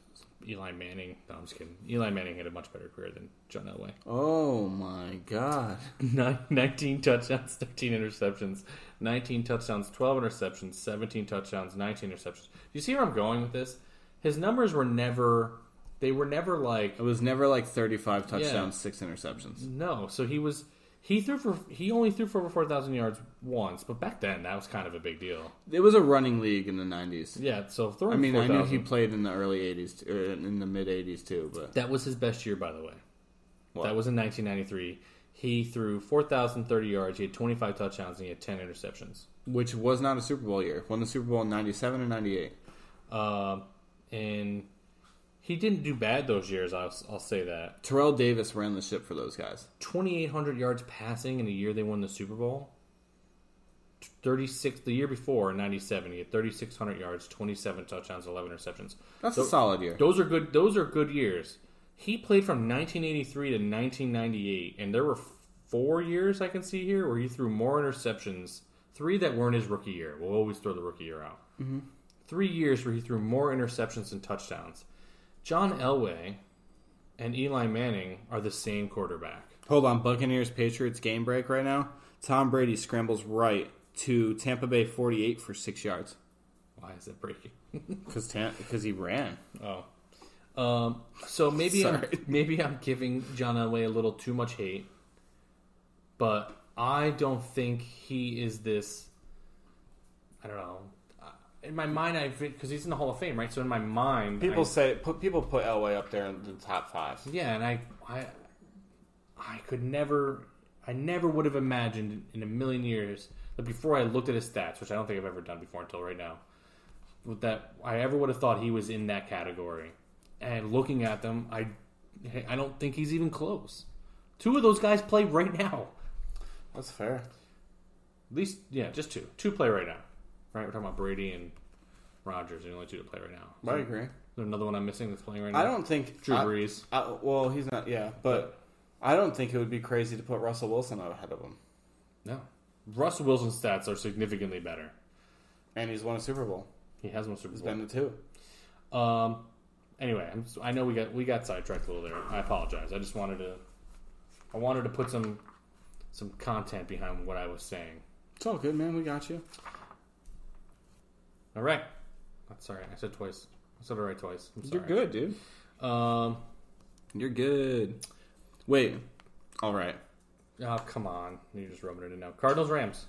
Eli Manning, no, I'm just kidding. Eli Manning had a much better career than John Elway.
Oh, my God.
Nine- 19 touchdowns, 13 interceptions, 19 touchdowns, 12 interceptions, 17 touchdowns, 19 interceptions. Do you see where I'm going with this? His numbers were never, they were never like
It was never like 35 touchdowns,
Yeah.
six interceptions.
No, so he was He threw for he only threw for over four thousand yards once, but back then that was kind of a big deal.
It was a running league in the '90s.
Yeah, so throwing.
I mean, I knew he
4,000
played in the early '80s t- or in the mid '80s too, but
That was his best year, by the way.
Wow.
That was in 1993. He threw 4,030 yards. He had 25 touchdowns and he had 10 interceptions.
which was not a Super Bowl year. Won the Super Bowl in '97 and '98.
Um and he didn't do bad those years. I'll, I'll say that.
Terrell Davis ran the ship for those guys.
2,800 yards passing in the year they won the Super Bowl. 36 the year before in 97 he had 3600 yards 27 touchdowns 11 interceptions
That's a
Tho-
solid year.
those are good those are good years he played from 1983 to 1998 and there were four years i can see here where he threw more interceptions three that weren't his rookie year we'll always throw the rookie year out mm-hmm. three years where he threw more interceptions than touchdowns john elway and eli manning are the same quarterback
Hold on, Buccaneers Patriots game break right now. Tom Brady scrambles right to Tampa Bay 48 for six yards
why is it breaking
because because he ran.
Oh. Um, so maybe I'm,
Sorry.
maybe I'm giving John Elway a little too much hate, but I don't think he is this. I don't know. Uh, In my mind, I because he's in the Hall of Fame, right? So in my mind, I-
say put people put Elway up there in the top five.
yeah, and I, I, I could never, I never would have imagined in a million years that before I looked at his stats, which I don't think I've ever done before until right now, with that I ever would have thought he was in that category. And looking at them, I, I don't think he's even close. Two of those guys play right now.
That's fair.
At least, yeah, just two. Two play right now. Right, we're talking about Brady and Rogers, the only two to play right now.
I agree.
Is there another one I'm missing that's playing right now?
I don't think
Drew
I-
Brees.
I- well, he's not. Yeah, but I don't think it would be crazy to put Russell Wilson out ahead of him,
No. Russell Wilson's stats are significantly better.
and he's won a Super Bowl.
He has won a Super
He's
Bowl.
been to two.
Um. Anyway, I'm, si know we got we got sidetracked a little there. I apologize. I just wanted to, I wanted to put some, some content behind what I was saying.
It's all good, man. We got you.
All right. That's sorry. I said twice. I said all right twice. I'm sorry.
You're good, dude.
Um.
You're good. Wait. All right.
Oh come on. You're just rubbing it in now. Cardinals Rams.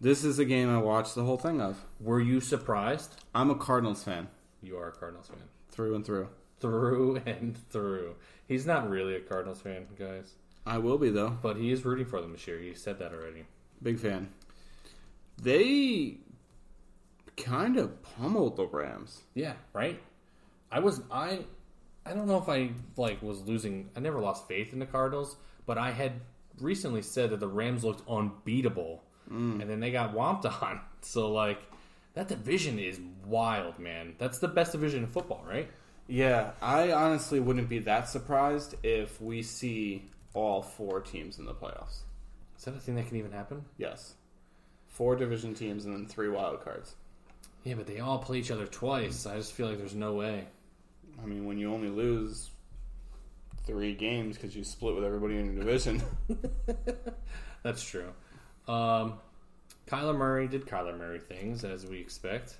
This is a game I watched the whole thing of.
Were you surprised?
I'm a Cardinals fan
You are a Cardinals fan
through and through.
through and through. He's not really a Cardinals fan, guys,
I will be though.
but he is rooting for them this year. He said that already.
Big fan. They kind of pummeled the Rams.
Yeah, right. I was I I don't know if I like was losing I never lost faith in the Cardinals, but I had recently said that the Rams looked unbeatable and then they got whomped on. So like that division is wild, man. That's the best division in football, right?
Yeah, I honestly wouldn't be that surprised if we see all four teams in the playoffs.
Is that a thing that can even happen?
Yes. Four division teams and then three wild cards.
Yeah, but they all play each other twice. I just feel like there's no way.
I mean, when you only lose three games because you split with everybody in your division.
That's true. Um Kyler Murray did Kyler Murray things as we expect.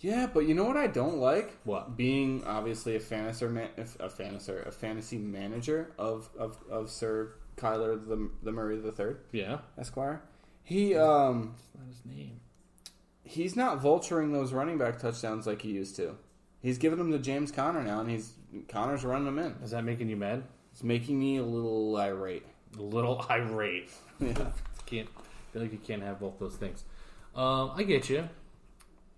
yeah, but you know what I don't like?
What?
Being obviously a fantasy man, a fantasy, a fantasy manager of, of, of Sir Kyler the, the Murray the Third
Yeah.
Esquire, he um
That's not his name.
he's not vulturing those running back touchdowns like he used to. He's giving them to James Conner now, and he's Conner's running them in.
Is that making you mad?
It's making me a little irate.
a little irate.
Yeah.
Can't feel like you can't have both those things. Um, I get you.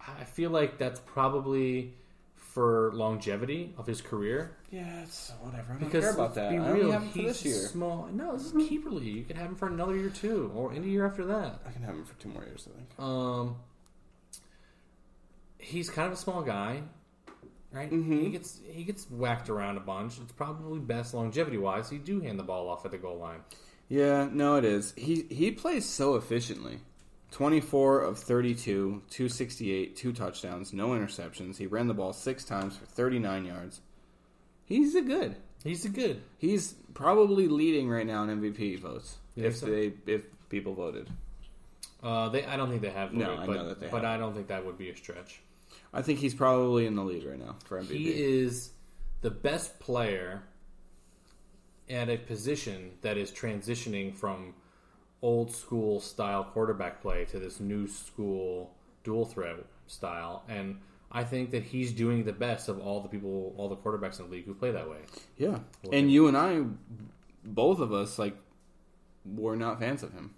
I feel like that's probably for longevity of his career.
Yeah, it's whatever. I don't
Because
care about that.
Be
I
real,
only have him for
he's
this year. Mm-hmm.
small. No, this is keeper league. You can have him for another year too, or any year after that.
I can have him for two more years. I think.
Um, he's kind of a small guy, right?
Mm-hmm.
He gets he gets whacked around a bunch. It's probably best longevity wise. He do hand the ball off at the goal line.
Yeah, no, it is. He he plays so efficiently. Twenty four of thirty two, two sixty eight, two touchdowns, no interceptions. He ran the ball six times for thirty nine yards. He's a good.
He's a good.
He's probably leading right now in MVP votes.
You think
If
so?
they if people voted,
Uh, they, I don't think they have.
No,
voted,
I
but,
know that they
but
haven't.
I don't think that would be a stretch.
I think he's probably in the lead right now for MVP.
He is the best player at a position that is transitioning from old school style quarterback play to this new school dual threat style, and I think that he's doing the best of all the people, all the quarterbacks in the league who play that way.
Yeah. And you and I, both of us, like, were not fans of him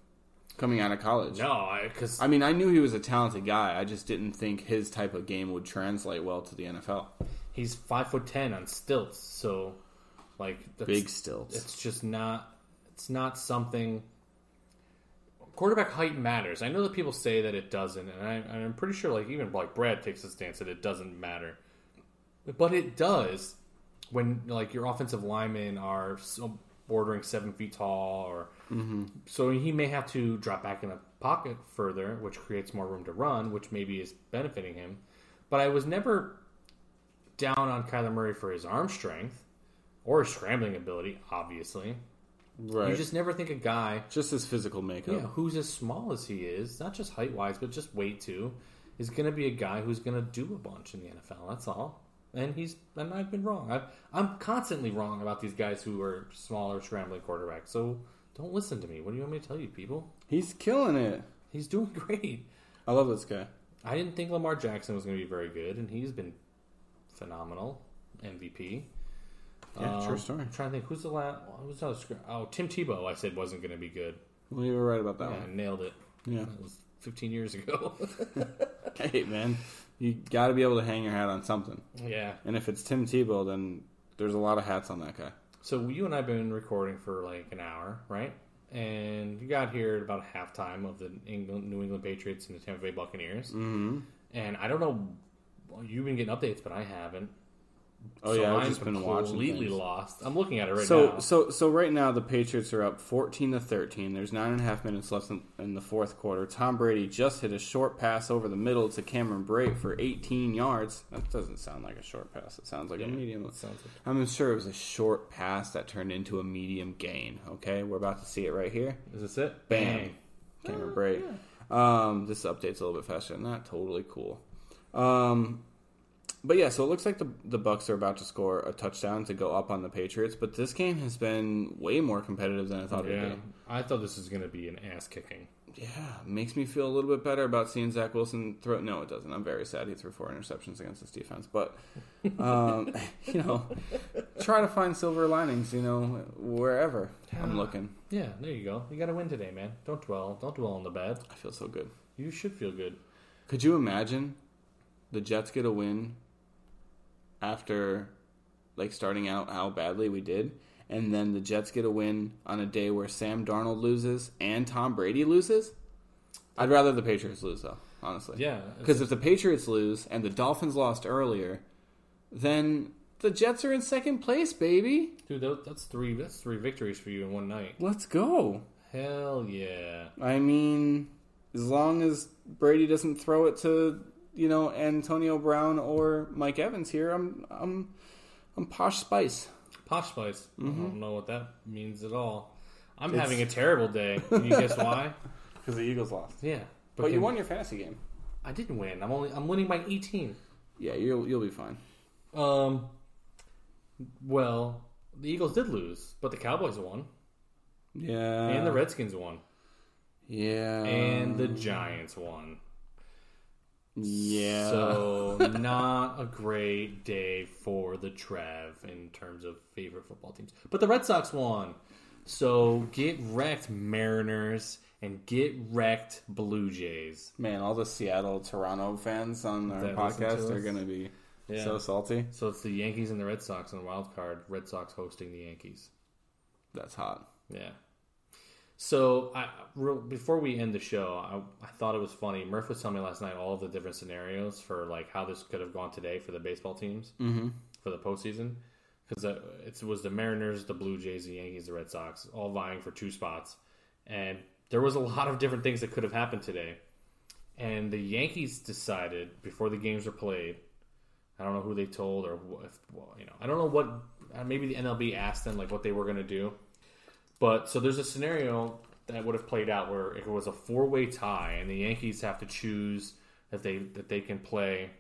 coming out of college.
No, because
I mean, I knew he was a talented guy. I just didn't think his type of game would translate well to the NFL.
he's five foot ten on stilts, so like that's,
Big stilts.
It's just not. It's not something. Quarterback height matters. I know that people say that it doesn't, and I, and I'm pretty sure like even like Brad takes a stance that it doesn't matter, but it does when like your offensive linemen are so bordering seven feet tall, or so he may have to drop back in the pocket further, which creates more room to run, which maybe is benefiting him. But I was never down on Kyler Murray for his arm strength or his scrambling ability, obviously.
Right.
You
just,
just never think a guy
his physical makeup.
yeah, who's as small as he is, not just height wise, but just weight too, is going to be a guy who's going to do a bunch in the NFL. That's all. And he's and I've been wrong. I've, I'm constantly wrong about these guys who are smaller scrambling quarterbacks. So don't listen to me. What do you want me to tell you, people?
He's killing it.
He's doing great.
I love this guy.
I didn't think Lamar Jackson was going to be very good, and he's been phenomenal. MVP.
Yeah,
Um,
true story.
I'm trying to think who's the last. Who's the other scr- Oh, Tim Tebow. I said wasn't going to be good.
We were right about that
Yeah, I
one.
Oh, nailed it.
Yeah.
That was 15 years ago.
Hey, man. You got to be able to hang your hat on something.
yeah.
And if it's Tim Tebow, then there's a lot of hats on that guy.
So you and I've been recording for like an hour, right? And you got here at about halftime of the England, New England Patriots and the Tampa Bay Buccaneers. Mm-hmm. And I don't know. well, You've been getting updates, but I haven't.
Oh,
So
yeah. I've
I'm
just been watching.
completely
things.
lost. I'm looking at it right
so
now.
so so right now the Patriots are up fourteen to thirteen. There's nine and a half minutes left in, in the fourth quarter. Tom Brady just hit a short pass over the middle to Cameron Brate for eighteen yards. That doesn't sound like a short pass. It sounds like a medium.
sounds like-
I'm sure it was a short pass that turned into a medium gain. Okay, we're about to see it right here.
Is this it?
Bam.
Dang.
Camera break. Um, this updates a little bit faster than that. Totally cool. Um, but yeah, so it looks like the the Bucks are about to score a touchdown to go up on the Patriots. But this game has been way more competitive than I thought it
Yeah.
would
I thought this was going to be an ass kicking.
be. Yeah, makes me feel a little bit better about seeing Zach Wilson throw. No, it doesn't. I'm very sad he threw four interceptions against this defense. But um, you know, try to find silver linings. You know, wherever I'm looking,
Yeah, there you go. You got to win today, man. Don't dwell. Don't dwell on the bad.
I feel so good.
You should feel good.
Could you imagine the Jets get a win after like starting out how badly we did, and then the Jets get a win on a day where Sam Darnold loses and Tom Brady loses? I'd rather the Patriots lose though, honestly.
Yeah.
Because if the Patriots lose and the Dolphins lost earlier, then the Jets are in second place, baby.
Dude, that, that's three. That's three victories for you in one night.
Let's go.
Hell yeah.
I mean, as long as Brady doesn't throw it to you know Antonio Brown or Mike Evans here, I'm I'm I'm posh spice.
Posh Spice.
Mm-hmm.
I don't know what that means at all. I'm having a terrible day. Can you guess why?
Because the Eagles lost,
Yeah.
but you
can-
won your fantasy game.
I didn't win. I'm only. I'm winning by 18.
Yeah, you'll you'll be fine.
Um. Well, the Eagles did lose, but the Cowboys won,
Yeah,
and the Redskins won,
yeah,
and
um,
the Giants won.
yeah.
So not a great day for the Trev in terms of favorite football teams. But the Red Sox won. So get wrecked Mariners and get wrecked Blue Jays.
Man, all the Seattle Toronto fans on our
That listen
podcast
to
are
us?
gonna be
Yeah.
so salty.
So it's the Yankees and the Red Sox in the wild card. Red Sox hosting the Yankees.
That's hot.
Yeah. So I real, before we end the show, I, I thought it was funny. Murph was telling me last night all of the different scenarios for like how this could have gone today for the baseball teams mm-hmm. for the postseason because it was the Mariners, the Blue Jays, the Yankees, the Red Sox, all vying for two spots, and there was a lot of different things that could have happened today. And the Yankees decided before the games were played. I don't know who they told or wh- if well, you know. I don't know what. uh, Maybe the NLB asked them like what they were going to do. But so there's a scenario that would have played out where it was a four way tie, and the Yankees have to choose if they that they can play.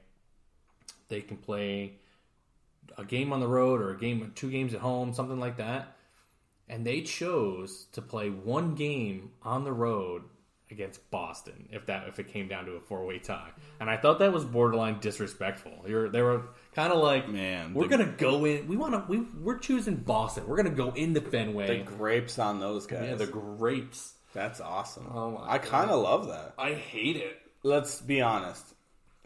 They can play a game on the road or a game, two games at home, something like that. and they chose to play one game on the road against Boston if that if it came down to a four way tie. And I thought that was borderline disrespectful. You're they were kind of like,
Man,
we're
the-
gonna go in. We want to. We we're choosing Boston. We're gonna go into
The
Fenway.
grapes on those guys.
yeah, the grapes.
That's awesome.
Oh my
I kind of love that.
I hate it.
Let's be honest.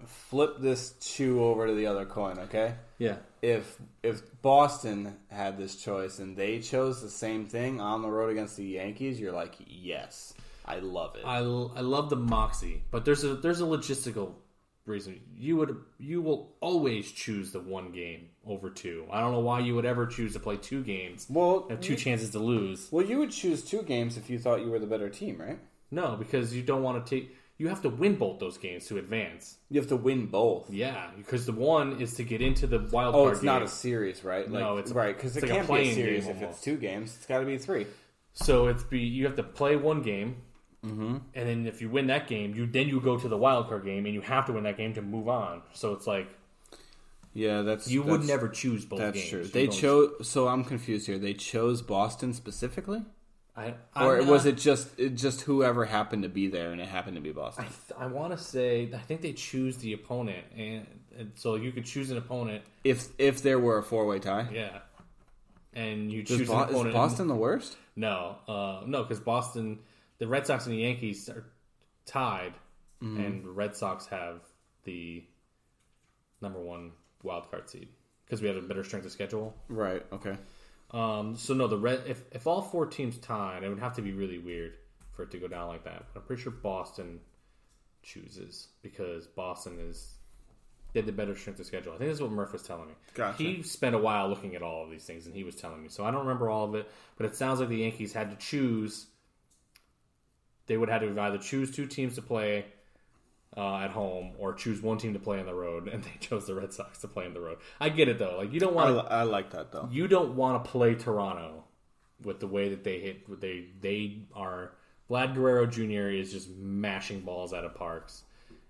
Flip this two over to the other coin, okay?
Yeah,
If if Boston had this choice and they chose the same thing on the road against the Yankees, you're like, yes, I love it.
I, l- I love the moxie, but there's a there's a logistical reason. You would you will always choose the one game over two. I don't know why you would ever choose to play two games.
Well,
have two chances to lose.
well, you would choose two games if you thought you were the better team, right?
No, because you don't want to take. You have to win both those games to advance.
You have to win both.
Yeah, because the one is to get into the wild
Oh,
card
it's not
game.
a series, right?
No,
Like-
it's-
right because it
it's like a
can't be a
play-in
series
game
if it's
almost.
two games. It's got to be three.
so it's be you have to play one game,
Mm-hmm.
and then if you win that game, you then you go to the wild card game, and you have to win that game to move on. So it's like
Yeah, that's
you would never choose both.
That's
games.
true.
You
They
don't-
chose. So I'm confused here. They chose Boston specifically,
I,
or
I'm
was
not-
it just it just whoever happened to be there and it happened to be Boston?
I, th- I want to say I think they choose the opponent, and, and so you could choose an opponent.
If if there were a four way tie,
Yeah, and you
Does
choose
Bo-
an opponent.
is Boston the worst?
No, uh, no, because Boston, the Red Sox and the Yankees are tied,
Mm-hmm.
and the Red Sox have the number one wild card seed because we had a better strength of schedule.
Right. Okay.
Um, so no, the red if if all four teams tied, it would have to be really weird for it to go down like that. But I'm pretty sure Boston chooses because Boston is they had the better strength of schedule. I think that's what Murph was telling me.
Gotcha.
He spent a while looking at all of these things, and he was telling me. So I don't remember all of it, but it sounds like the Yankees had to choose. They would have to either choose two teams to play uh, at home or choose one team to play on the road, and they chose the Red Sox to play on the road. I get it though; like you
I,
don't want to
li- I like that though.
you don't want to play Toronto with the way that they hit. with They they are Vlad Guerrero Jr. is just mashing balls out of parks,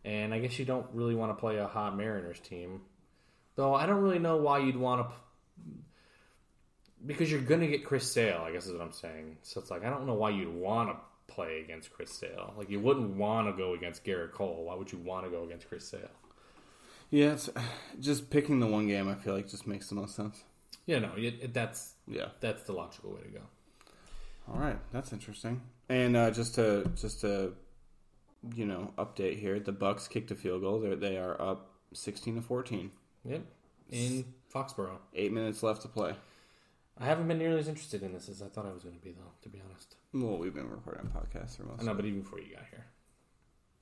and I guess you don't really want to play a hot Mariners team. Though I don't really know why you'd want to, p- because you're gonna get Chris Sale. I guess is what I'm saying. So it's like I don't know why you'd want to play against Chris Sale. Like you wouldn't want to go against Garrett Cole. Why would you want to go against Chris Sale?
Yeah, it's, just picking the one game I feel like just makes the most sense.
You know, it, it, that's
Yeah.
that's the logical way to go.
All right, that's interesting. And uh, just to just to you know update here, the Bucks kicked a field goal. They're, they are up sixteen to fourteen.
Yep, in Foxborough.
Eight minutes left to play.
I haven't been nearly as interested in this as I thought I was going to be, though, to be honest.
Well, we've been recording podcasts for most.
I know, but even before you got here.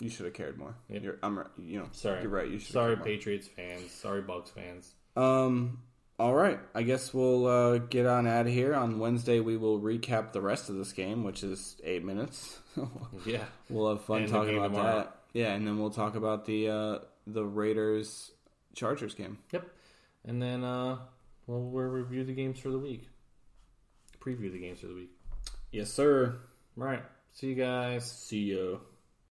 You should have cared more.
Yep.
You're, I'm, right- you know,
Sorry.
You're right. You should.
Sorry,
have cared
Patriots fans. Sorry, Bucks fans.
more. Um. All right. I guess we'll uh, get on out of here. On Wednesday, we will recap the rest of this game, which is eight minutes.
Yeah.
we'll have fun
And the
talking
game
about
tomorrow.
that. Yeah, and then we'll talk about the uh, the Raiders Chargers game.
Yep. And then, uh, well, we'll review the games for the week. Preview the games for the week.
Yes, sir.
All right. See you guys.
See you.